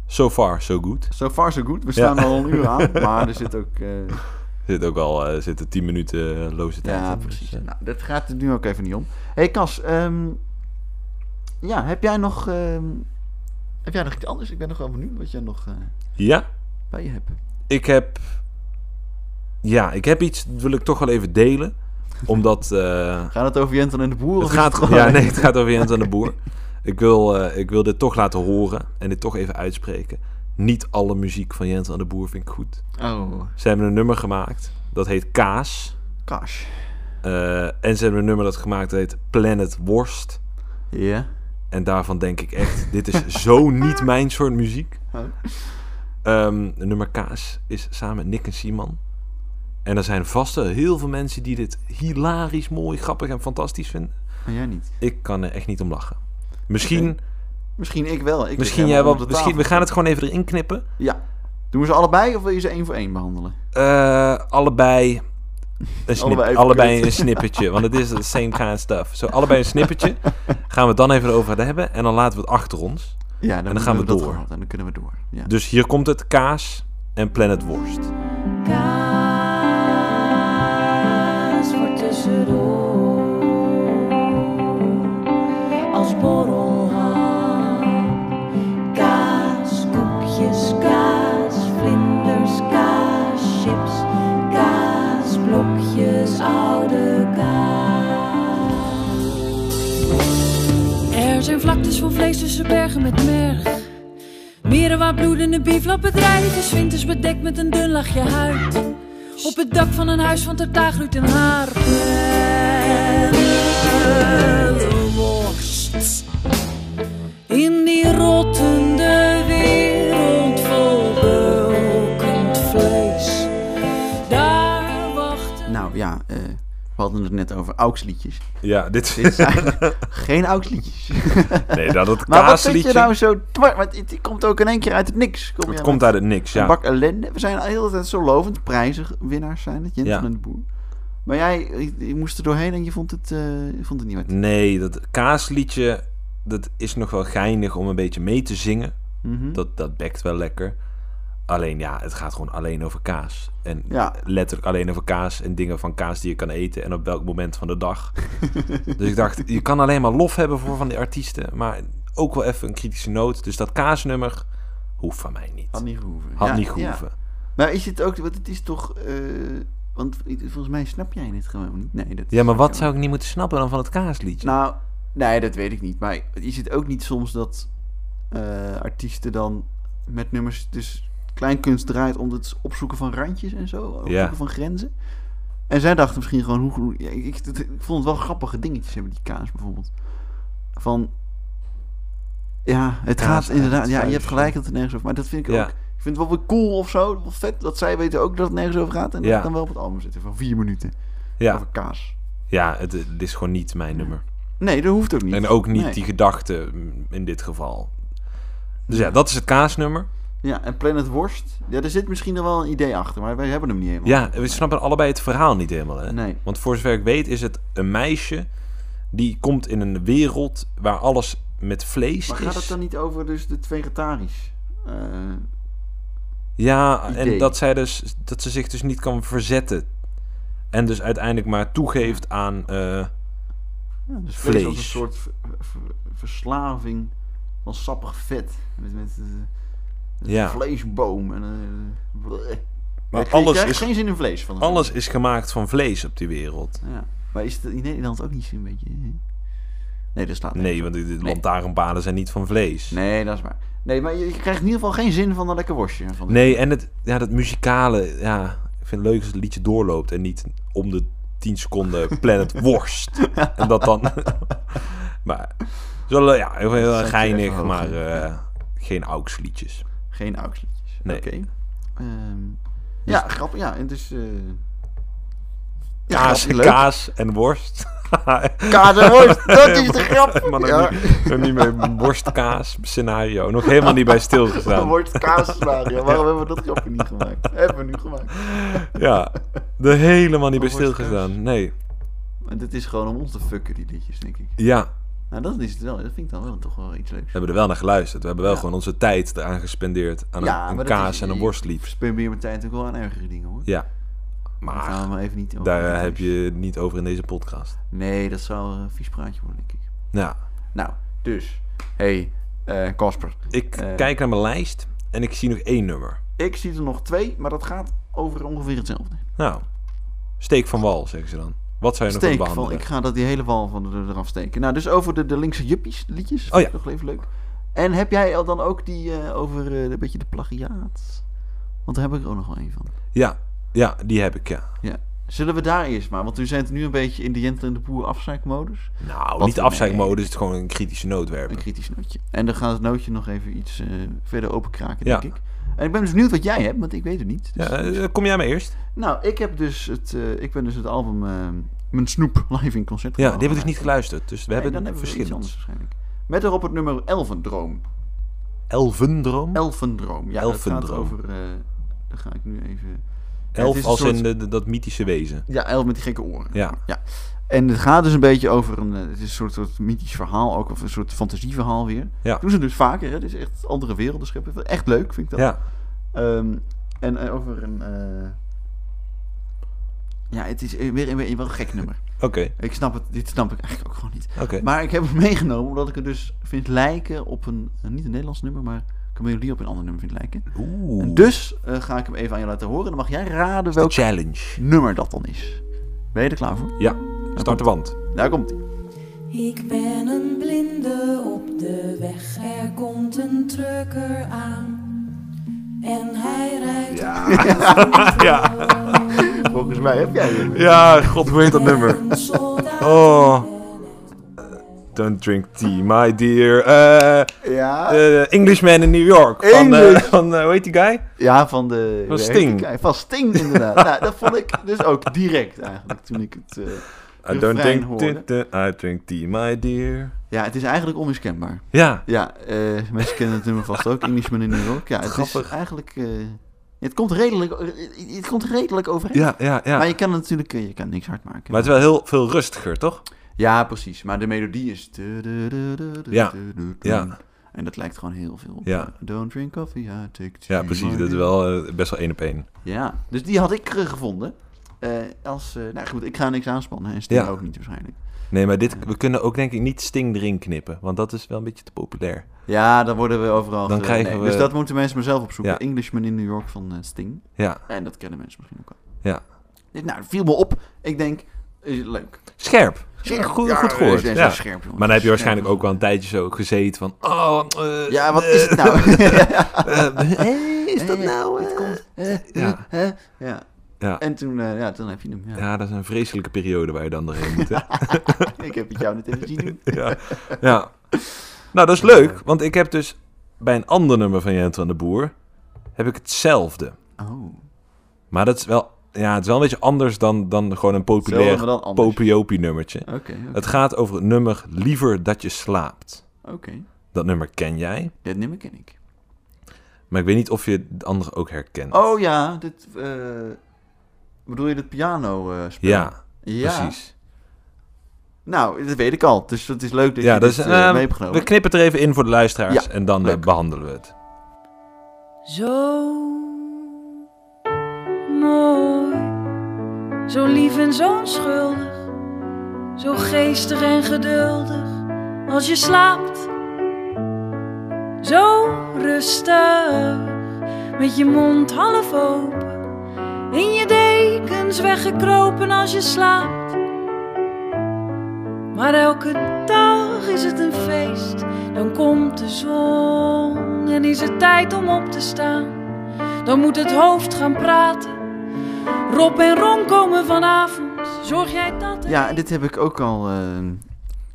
Speaker 1: So far, so good.
Speaker 2: So far so good. We staan
Speaker 1: Ja.
Speaker 2: al een uur aan, maar er zit ook... eh,
Speaker 1: Zit ook al eh, zitten 10 minuten eh, loze tijd.
Speaker 2: Ja,
Speaker 1: in, dus,
Speaker 2: precies.
Speaker 1: eh,
Speaker 2: Nou, dat gaat het nu ook even niet om. Hé, hey, Cas. ehm, ja, heb jij nog... ehm, heb jij nog iets anders? Ik ben nog wel benieuwd wat jij nog eh,
Speaker 1: ja,
Speaker 2: bij je hebt.
Speaker 1: ik heb. Ja, ik heb iets, dat wil ik toch wel even delen. Omdat. eh,
Speaker 2: Gaat het over Jentel en de Boer?
Speaker 1: het
Speaker 2: of is
Speaker 1: gaat,
Speaker 2: gewoon-
Speaker 1: ja, nee, het gaat over Jens aan de Boer. Ik wil, eh, ik wil dit toch laten horen en dit toch even uitspreken. Niet alle muziek van Jens aan de Boer vind ik goed.
Speaker 2: Oh,
Speaker 1: Ze hebben een nummer gemaakt, dat heet Kaas.
Speaker 2: Cas.
Speaker 1: Eh, en ze hebben een nummer dat gemaakt heet Planet Worst.
Speaker 2: Ja.
Speaker 1: En daarvan denk ik echt, dit is zo niet mijn soort muziek.
Speaker 2: Oh.
Speaker 1: Ehm, de nummer Kaas is samen met Nick en Simon. En er zijn vast wel heel veel mensen die dit hilarisch, mooi, grappig en fantastisch vinden.
Speaker 2: Maar jij niet.
Speaker 1: Ik kan er echt niet om lachen. Misschien,
Speaker 2: Misschien ik wel. Ik lig
Speaker 1: misschien jij
Speaker 2: helemaal
Speaker 1: wel.
Speaker 2: onder de
Speaker 1: Misschien, we
Speaker 2: tafel.
Speaker 1: gaan het gewoon even erin knippen.
Speaker 2: Ja. Doen we ze allebei of wil je ze één voor één behandelen?
Speaker 1: Eh, allebei. Een snip,
Speaker 2: Allebei
Speaker 1: allebei,
Speaker 2: even kut.
Speaker 1: een snippertje, want het is the same kind of stuff. Zo, allebei een snippertje. Gaan we het dan even over hebben en dan laten we het achter ons.
Speaker 2: Ja,
Speaker 1: dan
Speaker 2: hebben
Speaker 1: gaan we
Speaker 2: dat
Speaker 1: door.
Speaker 2: gehad En dan kunnen we door. Ja.
Speaker 1: Dus hier komt het kaas en Planet Worst.
Speaker 6: kaas voor tussendoor. Als borrelhap, kaas, koekjes, kaas, vlinders, kaas, chips, kaas, blokjes, oude kaas. Er zijn vlaktes van vlees tussen bergen met merg. Meren waar bloedende bieflap bedrijft, is winters bedekt met een dun laagje huid. Op het dak van een huis van tartaar groeit een haar. Worst. In die rottende wereld vol beukend vlees. Daar wachten.
Speaker 2: Nou ja, eh, we hadden het net over auksliedjes.
Speaker 1: Ja, dit
Speaker 2: Dit
Speaker 1: is.
Speaker 2: zijn geen auksliedjes.
Speaker 1: Nee, dat het
Speaker 2: Maar wat vind je
Speaker 1: kaasliedje.
Speaker 2: nou zo dwars? Want het, het komt ook in één keer uit het niks. Kom
Speaker 1: Het
Speaker 2: jij
Speaker 1: komt
Speaker 2: met
Speaker 1: uit het niks,
Speaker 2: een
Speaker 1: ja.
Speaker 2: bak ellende. We zijn al de hele tijd zo lovend. Prijzig winnaars zijn het, Jensen
Speaker 1: Ja.
Speaker 2: en de Boer. Maar jij je, je moest er doorheen en je vond het, eh, je vond het niet wat.
Speaker 1: Nee, dat kaasliedje, dat is nog wel geinig om een beetje mee te zingen.
Speaker 2: Mhm.
Speaker 1: Dat, dat bekt wel lekker. Alleen ja, het gaat gewoon alleen over kaas. En
Speaker 2: Ja.
Speaker 1: letterlijk alleen over kaas en dingen van kaas die je kan eten en op welk moment van de dag. dus ik dacht, je kan alleen maar lof hebben voor van die artiesten, maar ook wel even een kritische noot. Dus dat kaasnummer hoeft van mij niet.
Speaker 2: Had niet gehoeven.
Speaker 1: Had
Speaker 2: Ja,
Speaker 1: niet
Speaker 2: ja.
Speaker 1: gehoeven.
Speaker 2: Maar is dit ook, want het is toch, eh, want volgens mij snap jij dit gewoon niet. Nee, dat
Speaker 1: Ja, maar wat zou ik niet moeten snappen dan van het kaasliedje?
Speaker 2: Nou, nee, dat weet ik niet. Maar is het ook niet soms dat eh, artiesten dan met nummers dus kleinkunst draait om het opzoeken van randjes en zo, opzoeken
Speaker 1: Ja.
Speaker 2: van grenzen? En zij dachten misschien gewoon hoe- hoe. ja, ik, ik, dat- ik vond het wel grappige dingetjes hebben die kaas bijvoorbeeld. Van ja, het
Speaker 1: Kaas
Speaker 2: gaat
Speaker 1: uit
Speaker 2: inderdaad.
Speaker 1: het
Speaker 2: Ja, je
Speaker 1: vuist,
Speaker 2: hebt gelijk dat het nergens over. Maar dat vind ik
Speaker 1: Ja.
Speaker 2: ook. Ik vind het wel weer cool of zo. Wel vet dat zij weten ook dat het nergens over gaat en dat
Speaker 1: Ja.
Speaker 2: het dan wel op het album zitten van vier minuten
Speaker 1: ja,
Speaker 2: over kaas.
Speaker 1: ja het, het is gewoon niet mijn nummer.
Speaker 2: Nee, dat hoeft ook niet.
Speaker 1: En ook niet
Speaker 2: Nee.
Speaker 1: die gedachte mm, in dit geval. Dus ja, dat is het kaasnummer.
Speaker 2: Ja, en Planet Worst. Ja, er zit misschien nog wel een idee achter, maar wij hebben hem niet helemaal.
Speaker 1: Ja, we snappen allebei het verhaal niet helemaal. Hè?
Speaker 2: Nee.
Speaker 1: Want voor zover ik weet is het een meisje die komt in een wereld waar alles met vlees
Speaker 2: Maar
Speaker 1: is.
Speaker 2: gaat het dan niet over dus het vegetarisch? Eh,
Speaker 1: Ja, en
Speaker 2: idee?
Speaker 1: dat, zij dus, dat ze zich dus niet kan verzetten. En dus uiteindelijk maar toegeeft aan... eh,
Speaker 2: ja, dus
Speaker 1: Vlees.
Speaker 2: vlees als een soort ver- ver- verslaving van sappig vet. Met, met, eh, met
Speaker 1: Ja.
Speaker 2: een vleesboom. En, eh, bleh.
Speaker 1: maar
Speaker 2: Ik krijg- ik
Speaker 1: alles
Speaker 2: krijg
Speaker 1: is,
Speaker 2: geen zin in vlees van. hem.
Speaker 1: alles is gemaakt van vlees op die wereld.
Speaker 2: Ja. Maar is het in Nederland ook niet een beetje... Nee, dat staat
Speaker 1: Nee, want die die
Speaker 2: Nee.
Speaker 1: lantaarnpaden zijn niet van vlees.
Speaker 2: Nee, dat is waar. Nee, maar je, je krijgt in ieder geval geen zin van een lekker worstje. Van
Speaker 1: Nee, en het, ja, dat muzikale, ja, ik vind het leuk als het liedje doorloopt en niet om de 10 seconden Planet Worst. en dat dan. maar zullen, ja, heel, heel
Speaker 2: zet je even
Speaker 1: geinig,
Speaker 2: hoog,
Speaker 1: maar
Speaker 2: hè?
Speaker 1: eh, geen aux liedjes.
Speaker 2: Geen auxliedjes.
Speaker 1: Nee. Dus-
Speaker 2: Oké. Ehm, ja, grappig. Ja, en dus... eh ja,
Speaker 1: Kaas,
Speaker 2: grappig, leuk.
Speaker 1: kaas en worst.
Speaker 2: Kaas en worst, dat is de grap.
Speaker 1: maar dan
Speaker 2: ja.
Speaker 1: niet, nog niet meer worstkaas scenario. Nog helemaal niet bij
Speaker 2: Dan
Speaker 1: stilgestaan.
Speaker 2: wordt kaas scenario. Waarom hebben we dat grapje niet gemaakt? Hebben we nu gemaakt.
Speaker 1: Ja, er helemaal niet bij
Speaker 2: Worstkaas.
Speaker 1: stilgestaan. Nee,
Speaker 2: Maar dit is gewoon om ons te fucken, die liedjes, denk ik.
Speaker 1: ja,
Speaker 2: Nou, dat is het wel. Dat vind ik dan wel toch wel iets leuks.
Speaker 1: we hebben er wel naar geluisterd. We hebben wel
Speaker 2: Ja.
Speaker 1: gewoon onze tijd eraan gespendeerd aan
Speaker 2: Ja,
Speaker 1: een,
Speaker 2: maar
Speaker 1: een
Speaker 2: dat
Speaker 1: kaas
Speaker 2: is-
Speaker 1: en een worstlied.
Speaker 2: Ik speel meer mijn tijd ook wel aan ergere dingen, hoor.
Speaker 1: Ja.
Speaker 2: Daar gaan
Speaker 1: Maar
Speaker 2: we maar even niet over.
Speaker 1: daar eh, heb je het niet over in deze podcast.
Speaker 2: Nee, dat zou een vies praatje worden, denk ik.
Speaker 1: Ja.
Speaker 2: Nou, dus. Hey, eh, Casper.
Speaker 1: Ik
Speaker 2: Eh.
Speaker 1: kijk naar mijn lijst en ik zie nog één nummer.
Speaker 2: Ik zie er nog twee, maar dat gaat over ongeveer hetzelfde.
Speaker 1: Nou, steek van wal, zeggen ze dan. Wat zou je nog eh.
Speaker 2: Steek
Speaker 1: willen
Speaker 2: van,
Speaker 1: behandelen?
Speaker 2: ik ga dat die hele wal van er- eraf steken. Nou, dus over de, de linkse juppies liedjes.
Speaker 1: Oh ja.
Speaker 2: Nog even leuk. En heb jij al dan ook die eh, over eh, een beetje de plagiaat? Want daar heb ik ook nog wel een van.
Speaker 1: Ja, ja, die heb ik, ja.
Speaker 2: Zullen we daar eerst maar? Want we zijn het nu een beetje in de Jentel en de Boer afzeikmodus.
Speaker 1: Nou,
Speaker 2: Wat-
Speaker 1: niet afzeikmodus, het is gewoon een kritische noodwerper.
Speaker 2: Een kritisch nootje. En dan gaat het nootje nog even iets eh, verder openkraken,
Speaker 1: Ja.
Speaker 2: denk ik. En ik ben dus benieuwd wat jij hebt, want ik weet het niet. Dus-
Speaker 1: Ja, eh, kom jij maar eerst?
Speaker 2: Nou, ik heb dus het, eh, ik ben dus het album eh, Mijn Snoep live in concert.
Speaker 1: Ja, die heb ik dus niet geluisterd, dus we
Speaker 2: Oh, Nee,
Speaker 1: hebben
Speaker 2: dan
Speaker 1: een
Speaker 2: hebben we iets anders
Speaker 1: verschillend.
Speaker 2: waarschijnlijk. Met daarop het nummer Elvendroom.
Speaker 1: Elvendroom?
Speaker 2: Elfendroom. Ja, dat gaat
Speaker 1: Elfendroom.
Speaker 2: over... eh daar ga ik nu even... het is
Speaker 1: Elf
Speaker 2: een
Speaker 1: als
Speaker 2: soort-
Speaker 1: in de- de- dat mythische wezen.
Speaker 2: Ja, elf met die gekke oren.
Speaker 1: Ja.
Speaker 2: En het gaat dus een beetje over een, eh, het is een soort, soort mythisch verhaal, ook of een soort fantasieverhaal weer.
Speaker 1: Ja.
Speaker 2: Doen ze dus vaker, hè? Dus echt andere werelden scheppen. Echt leuk, vind ik dat.
Speaker 1: Ja,
Speaker 2: Ehm, en eh, over een... eh, Ja, het is weer, weer, weer wel een gek nummer.
Speaker 1: oké,
Speaker 2: Ik snap het, dit snap ik eigenlijk ook gewoon niet.
Speaker 1: oké.
Speaker 2: Maar ik heb hem meegenomen omdat ik het dus vind lijken op een, eh, niet een Nederlands nummer, maar Camille op een ander nummer vind lijken.
Speaker 1: Oeh,
Speaker 2: En dus eh, ga ik hem even aan je laten horen. Dan mag jij raden
Speaker 1: de
Speaker 2: welk
Speaker 1: challenge.
Speaker 2: nummer dat dan is. Ben je er klaar voor?
Speaker 1: Ja, start de wand.
Speaker 2: Daar komt hij.
Speaker 4: Ik ben een blinde op de weg. Er komt een trucker aan. En hij rijdt
Speaker 2: Volgens mij heb jij hem.
Speaker 1: Ja, god, hoe heet dat nummer?
Speaker 4: een soldaat.
Speaker 1: Oh. Don't drink tea, my dear. Eh,
Speaker 2: Ja,
Speaker 1: eh, Englishman in New York. Van, eh,
Speaker 2: English.
Speaker 1: van eh, hoe heet die guy?
Speaker 2: ja, van de...
Speaker 1: Van
Speaker 2: ja,
Speaker 1: Sting.
Speaker 2: kijk, Van Sting, inderdaad. nou, dat vond ik dus ook direct eigenlijk toen ik het... eh,
Speaker 1: I
Speaker 2: refrein
Speaker 1: don't drink
Speaker 2: hoorde.
Speaker 1: tea, I drink tea, my dear.
Speaker 2: Ja, het is eigenlijk onmiskenbaar.
Speaker 1: Ja,
Speaker 2: Ja, eh, mensen kennen het nummer vast ook. Englishman in New York. Ja, het
Speaker 1: Grappig.
Speaker 2: is eigenlijk... eh, het komt redelijk, eh, het komt redelijk overheen.
Speaker 1: ja, ja, ja.
Speaker 2: Maar
Speaker 1: Maar
Speaker 2: je kan natuurlijk eh, je kan niks hard maken.
Speaker 1: het is wel heel veel rustiger, toch?
Speaker 2: Ja, precies. Maar de melodie is...
Speaker 1: Ja, ja.
Speaker 2: En dat lijkt gewoon heel veel op
Speaker 1: Ja.
Speaker 2: eh, Don't drink coffee, I take tea.
Speaker 1: Ja, precies. Dat is wel eh, best wel één op één.
Speaker 2: Ja, dus die had ik eh, gevonden. Eh, als, eh, nou goed, ik ga niks aanspannen en Sting
Speaker 1: Ja.
Speaker 2: ook niet waarschijnlijk.
Speaker 1: Nee, maar dit, we kunnen ook denk ik niet Sting erin knippen. Want dat is wel een beetje te populair.
Speaker 2: Ja, dan worden we overal...
Speaker 1: Dan
Speaker 2: ge-
Speaker 1: krijgen we-
Speaker 2: Dus dat moeten mensen maar zelf opzoeken.
Speaker 1: Ja.
Speaker 2: Englishman in New York van eh, Sting.
Speaker 1: Ja,
Speaker 2: En dat kennen mensen misschien ook al.
Speaker 1: ja.
Speaker 2: Dit, nou, viel me op. Ik denk, eh, leuk.
Speaker 1: Scherp. Goed,
Speaker 2: Ja,
Speaker 1: goed
Speaker 2: eh,
Speaker 1: gehoord.
Speaker 2: ze- ze
Speaker 1: Ja.
Speaker 2: scherp, jongens.
Speaker 1: Maar dan heb je
Speaker 2: Scherp.
Speaker 1: waarschijnlijk ook wel een tijdje zo gezeten van... Oh, eh,
Speaker 2: Ja, wat
Speaker 1: eh,
Speaker 2: is het nou?
Speaker 1: eh, hey, is dat
Speaker 2: Eh,
Speaker 1: nou?
Speaker 2: dit
Speaker 1: eh?
Speaker 2: komt-
Speaker 1: ja.
Speaker 2: Hè? ja.
Speaker 1: Ja.
Speaker 2: En toen, eh, ja, dan heb je hem. Ja.
Speaker 1: ja, dat is een vreselijke periode waar je dan doorheen moet. hè?
Speaker 2: Ik heb het jou net even zien doen.
Speaker 1: ja. ja. Nou, dat is leuk, want ik heb dus bij een ander nummer van Jent van de Boer heb ik hetzelfde.
Speaker 2: Oh.
Speaker 1: Maar dat is wel, ja, het is wel een beetje anders dan, dan gewoon een
Speaker 2: Zullen we
Speaker 1: populair
Speaker 2: dan anders? Oké,
Speaker 1: popiopie nummertje.
Speaker 2: oké,
Speaker 1: Het gaat over het nummer Liever dat je slaapt.
Speaker 2: oké.
Speaker 1: Dat nummer ken jij,
Speaker 2: Dit nummer ken ik.
Speaker 1: maar ik weet niet of je het andere ook herkent.
Speaker 2: Oh ja, dit... eh, bedoel je dat piano eh spel?
Speaker 1: ja,
Speaker 2: Ja.
Speaker 1: precies.
Speaker 2: Nou, dat weet ik al. Dus het is leuk dat
Speaker 1: Ja,
Speaker 2: je
Speaker 1: dat
Speaker 2: dat
Speaker 1: is,
Speaker 2: dit eh,
Speaker 1: ehm,
Speaker 2: mee hebt genomen.
Speaker 1: We knippen het er even in voor de luisteraars
Speaker 2: Ja,
Speaker 1: en dan eh,
Speaker 2: leuk.
Speaker 1: behandelen we het.
Speaker 6: Zo mooi, zo lief en zo onschuldig, zo geestig en geduldig als je slaapt. Zo rustig, met je mond half open, in je dekens weggekropen als je slaapt. Maar elke dag is het een feest, dan komt de zon en is het tijd om op te staan. Dan moet het hoofd gaan praten. Rob en Ron komen vanavond. Zorg jij dat? er-
Speaker 2: Ja, en dit heb ik ook al eh,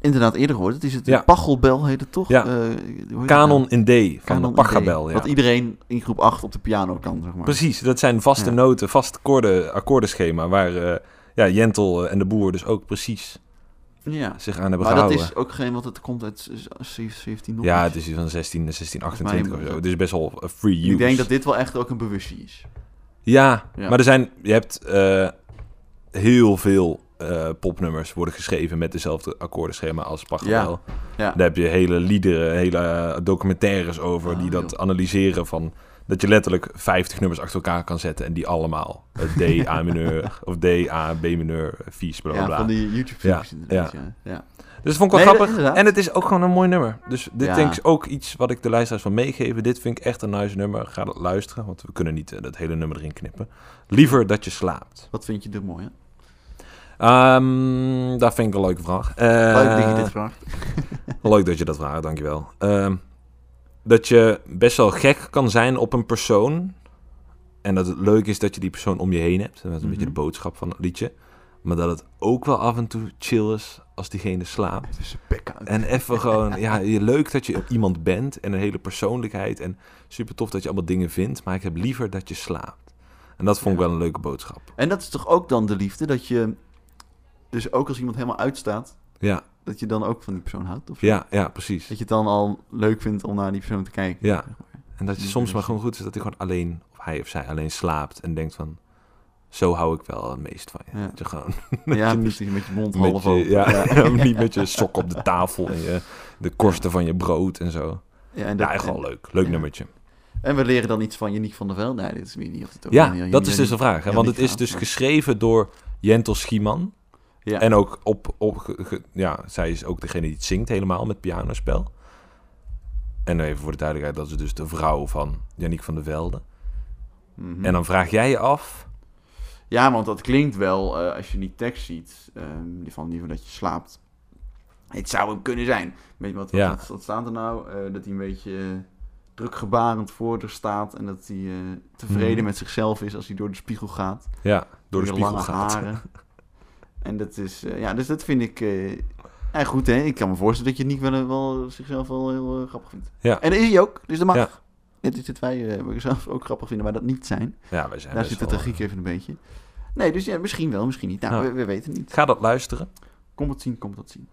Speaker 2: inderdaad eerder gehoord. Het is het
Speaker 1: Ja.
Speaker 2: Pachelbel heet het toch?
Speaker 1: Ja.
Speaker 2: Eh, hoe heet het
Speaker 1: Canon
Speaker 2: nou?
Speaker 1: in D van
Speaker 2: Canon
Speaker 1: de Pachelbel.
Speaker 2: idee.
Speaker 1: Ja.
Speaker 2: Wat iedereen in groep 8 op de piano kan, zeg maar.
Speaker 1: Precies, dat zijn vaste
Speaker 2: Ja.
Speaker 1: noten, vast akkoorden, akkoordenschema waar eh, ja, Jentel eh, en de boer dus ook precies
Speaker 2: Ja.
Speaker 1: zich aan hebben
Speaker 2: Maar dat
Speaker 1: gehouden.
Speaker 2: is ook geen, want het komt uit z- z- 17 nog
Speaker 1: ja,
Speaker 2: iets.
Speaker 1: het is iets van 16, 16,
Speaker 2: mij
Speaker 1: 28 of
Speaker 2: moet
Speaker 1: zo.
Speaker 2: dat-
Speaker 1: Het is best wel eh, free use.
Speaker 2: Ik denk dat dit wel echt ook een bewustzijn is.
Speaker 1: Ja,
Speaker 2: Ja.
Speaker 1: maar er zijn, je hebt eh, heel veel eh, popnummers worden geschreven met dezelfde akkoordenschema als Pachelbel.
Speaker 2: Ja.
Speaker 1: Daar heb je hele liederen, hele eh, documentaires over
Speaker 2: Ah,
Speaker 1: die dat
Speaker 2: joh.
Speaker 1: analyseren van... Dat je letterlijk 50 nummers achter elkaar kan zetten en die allemaal. eh, D, A mineur of D, A, B mineur, vies, bla bla.
Speaker 2: Ja,
Speaker 1: bla.
Speaker 2: van die YouTube-filmpjes inderdaad. Ja. Ja.
Speaker 1: Dus dat vond ik wel
Speaker 2: Nee, dat-
Speaker 1: grappig.
Speaker 2: inderdaad.
Speaker 1: En het is ook gewoon een mooi nummer. Dus dit
Speaker 2: Ja.
Speaker 1: denk ik is ook iets wat ik de luisteraars van meegeven. Dit vind ik echt een nice nummer. Ga dat luisteren, want we kunnen niet eh, dat hele nummer erin knippen. Liever dat je slaapt.
Speaker 2: Wat vind je er mooi, hè?
Speaker 1: Eh, Ehm dat vind ik een leuke vraag. Eh,
Speaker 2: Leuk dat je dit vraagt.
Speaker 1: leuk dat je dat vraagt, dankjewel. Ehm dat je best wel gek kan zijn op een persoon. En dat het leuk is dat je die persoon om je heen hebt. Dat is een beetje de
Speaker 2: Mhm.
Speaker 1: boodschap van het liedje. Maar dat het ook wel af en toe chill is als diegene slaapt.
Speaker 2: Het is een pek uit.
Speaker 1: En even gewoon, ja, je- leuk dat je iemand bent en een hele persoonlijkheid. En super tof dat je allemaal dingen vindt, maar ik heb liever dat je slaapt. En dat vond ik wel een leuke boodschap.
Speaker 2: En dat is toch ook dan de liefde, dat je... Dus ook als iemand helemaal uitstaat,
Speaker 1: Ja,
Speaker 2: dat je dan ook van die persoon houdt, of zo?
Speaker 1: ja, ja, precies.
Speaker 2: Dat je het dan al leuk vindt om naar die persoon te kijken.
Speaker 1: Ja. En dat je soms maar gewoon goed is dat hij gewoon alleen, of hij of zij alleen slaapt. En denkt van, zo hou ik wel het meest van je.
Speaker 2: Ja.
Speaker 1: Dat je gewoon
Speaker 2: Ja, precies, met je mond
Speaker 1: met
Speaker 2: half open.
Speaker 1: je, ja, niet met je sok op de tafel en je, de korsten van je brood en zo.
Speaker 2: Ja, en, dat-
Speaker 1: Ja, echt wel leuk. Leuk
Speaker 2: Ja.
Speaker 1: nummertje.
Speaker 2: en we leren dan iets van Janiek van der Velde. Nee, dit is weer niet of het ook
Speaker 1: Ja,
Speaker 2: Jan-
Speaker 1: dat is dus
Speaker 2: Jan-
Speaker 1: de vraag. Hè?
Speaker 2: Jan-
Speaker 1: Want
Speaker 2: Jan-
Speaker 1: het is dus
Speaker 2: Jan-
Speaker 1: geschreven door Jentel Schieman.
Speaker 2: Ja.
Speaker 1: En ook op, op ge- ge- ja, zij is ook degene die het zingt helemaal met pianospel. En even voor de duidelijkheid, dat is dus de vrouw van Yannick van der Velde.
Speaker 2: Mhm.
Speaker 1: En dan vraag jij je af,
Speaker 2: Ja, want dat klinkt wel, eh, als je die tekst ziet, ehm, die van liever dat je slaapt. Het zou hem kunnen zijn. Weet je wat, wat,
Speaker 1: Ja.
Speaker 2: wat, wat staat er nou? Eh, dat hij een beetje eh, drukgebarend voor er staat en dat hij eh, tevreden
Speaker 1: Mhm.
Speaker 2: met zichzelf is als hij door de spiegel gaat.
Speaker 1: ja, door de
Speaker 2: Met
Speaker 1: spiegel
Speaker 2: lange
Speaker 1: gaat.
Speaker 2: haren. En dat is, eh, ja, dus dat vind ik, eh, ja, goed hè. Ik kan me voorstellen dat je niet wel, wel zichzelf wel heel eh, grappig vindt.
Speaker 1: Ja.
Speaker 2: En dat is hij ook, dus dat mag.
Speaker 1: Ja.
Speaker 2: Dit is dat wij eh, zelf ook grappig vinden, maar dat niet zijn.
Speaker 1: Ja, wij zijn
Speaker 2: Daar
Speaker 1: best
Speaker 2: zit de
Speaker 1: wel- eh,
Speaker 2: tragiek even een beetje. Nee, dus ja, misschien wel, misschien niet. Nou,
Speaker 1: Ja.
Speaker 2: we, we weten het niet.
Speaker 1: Ga dat luisteren.
Speaker 2: Komt het zien, komt het zien.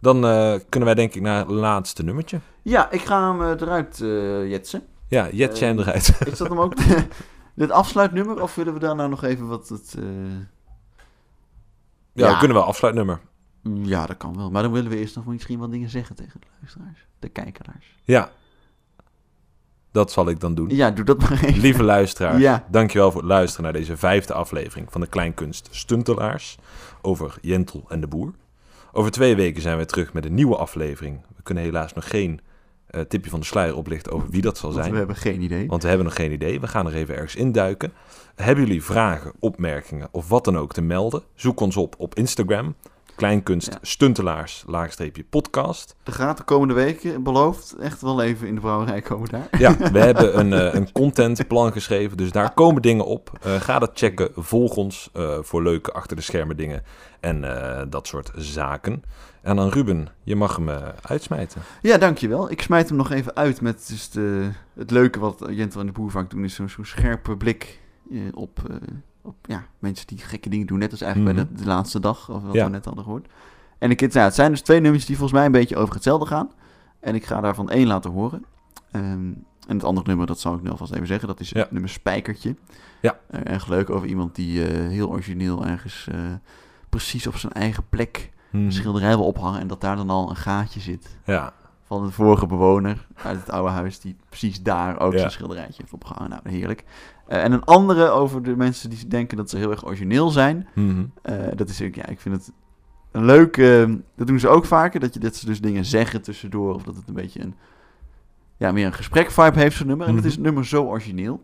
Speaker 1: Dan eh, kunnen wij denk ik naar het laatste nummertje.
Speaker 2: Ja, ik ga hem eh, eruit eh, jetsen.
Speaker 1: Ja, Jet zijn
Speaker 2: Eh,
Speaker 1: eruit.
Speaker 2: Is dat hem ook het afsluitnummer? nou Of willen we daarna nog even wat... Het, eh,
Speaker 1: ja,
Speaker 2: ja.
Speaker 1: kunnen we afsluitnummer.
Speaker 2: Ja, dat kan wel. Maar dan willen we eerst nog misschien wat dingen zeggen tegen de luisteraars. De kijkeraars.
Speaker 1: Ja, dat zal ik dan doen.
Speaker 2: Ja, doe dat maar even.
Speaker 1: Lieve luisteraars,
Speaker 2: Ja.
Speaker 1: dankjewel voor het luisteren naar deze vijfde aflevering van de Kleinkunst Stuntelaars over Jentel en de Boer. Over twee weken zijn we terug met een nieuwe aflevering. We kunnen helaas nog geen eh, tipje van de sluier oplichten over wie dat zal
Speaker 2: Want
Speaker 1: zijn.
Speaker 2: we hebben geen idee.
Speaker 1: Want we hebben nog geen idee. We gaan er even ergens induiken. Hebben jullie vragen, opmerkingen of wat dan ook te melden? Zoek ons op op Instagram. Kleinkunst
Speaker 2: Ja.
Speaker 1: stuntelaars laagstreepje podcast.
Speaker 2: Er gaat de komende weken, beloofd, echt wel even in de brouwerij komen daar.
Speaker 1: Ja, we hebben een, eh, een contentplan geschreven, dus daar komen dingen op. Eh, ga dat checken, volg ons eh, voor leuke achter de schermen dingen en eh, dat soort zaken. En dan Ruben, je mag hem eh, uitsmijten.
Speaker 2: Ja, dankjewel. Ik smijt hem nog even uit met dus de, het leuke wat Jentel en de Boer vaak doen, is zo'n zo'n scherpe blik eh, op, eh, op ja, mensen die gekke dingen doen. Net als eigenlijk
Speaker 1: Mhm.
Speaker 2: bij de, de laatste dag, of wat
Speaker 1: Ja.
Speaker 2: we net hadden gehoord. En ik, nou, het zijn dus twee nummers die volgens mij een beetje over hetzelfde gaan. En ik ga daarvan één laten horen. Ehm, en het andere nummer, dat zal ik nu alvast even zeggen, dat is
Speaker 1: Ja.
Speaker 2: het nummer Spijkertje.
Speaker 1: Ja.
Speaker 2: Eh, erg leuk over iemand die eh, heel origineel ergens eh, precies op zijn eigen plek
Speaker 1: Hmm.
Speaker 2: een schilderij wil ophangen en dat daar dan al een gaatje zit
Speaker 1: Ja,
Speaker 2: van de vorige bewoner uit het oude huis, die precies daar ook
Speaker 1: Ja.
Speaker 2: zijn schilderijtje heeft opgehangen. Nou, heerlijk. Eh, en een andere over de mensen die denken dat ze heel erg origineel zijn.
Speaker 1: Mhm.
Speaker 2: Eh, dat is, ook- ja, ik vind het een leuk, eh, dat doen ze ook vaker, dat, je, dat ze dus dingen zeggen tussendoor, of dat het een beetje een, ja, meer een gesprek-vibe heeft, zo'n nummer. En
Speaker 1: Mhm.
Speaker 2: dat is het nummer zo origineel,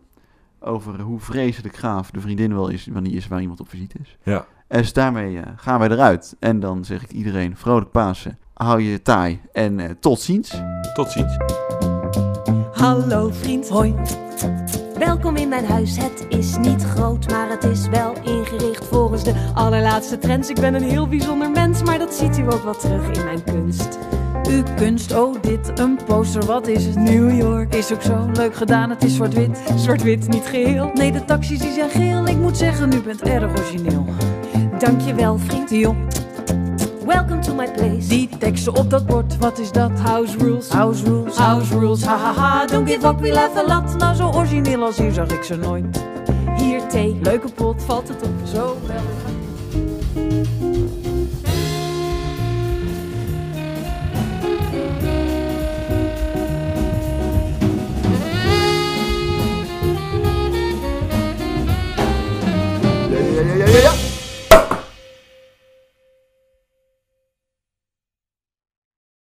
Speaker 2: over hoe vreselijk gaaf de vriendin wel is, wanneer is waar iemand op visite is.
Speaker 1: ja.
Speaker 2: En dus daarmee eh, gaan wij eruit. En dan zeg ik iedereen, vrolijk Pasen, hou je taai en eh, tot ziens.
Speaker 1: tot ziens.
Speaker 5: Hallo vriend.
Speaker 6: Hoi,
Speaker 5: Welkom in mijn huis. Het is niet groot, maar het is wel ingericht volgens de allerlaatste trends. Ik ben een heel bijzonder mens, maar dat ziet u ook wel terug in mijn kunst.
Speaker 6: uw kunst, oh dit, een poster, wat is het?
Speaker 5: New York.
Speaker 6: Is ook zo leuk gedaan, het is zwart-wit.
Speaker 5: Zwart-wit, niet geheel.
Speaker 6: Nee, de taxis die zijn geel, ik moet zeggen, u bent erg origineel.
Speaker 5: Dankjewel, vriend.
Speaker 6: Dion,
Speaker 5: Welcome to my place.
Speaker 6: die teksten op dat bord, wat is dat?
Speaker 5: house rules.
Speaker 6: House rules, house rules, hahaha, don't give up, we laugh a lot. Nou, zo origineel als hier zag ik ze nooit.
Speaker 5: Hier thee.
Speaker 6: Leuke pot, valt het op, zo wel.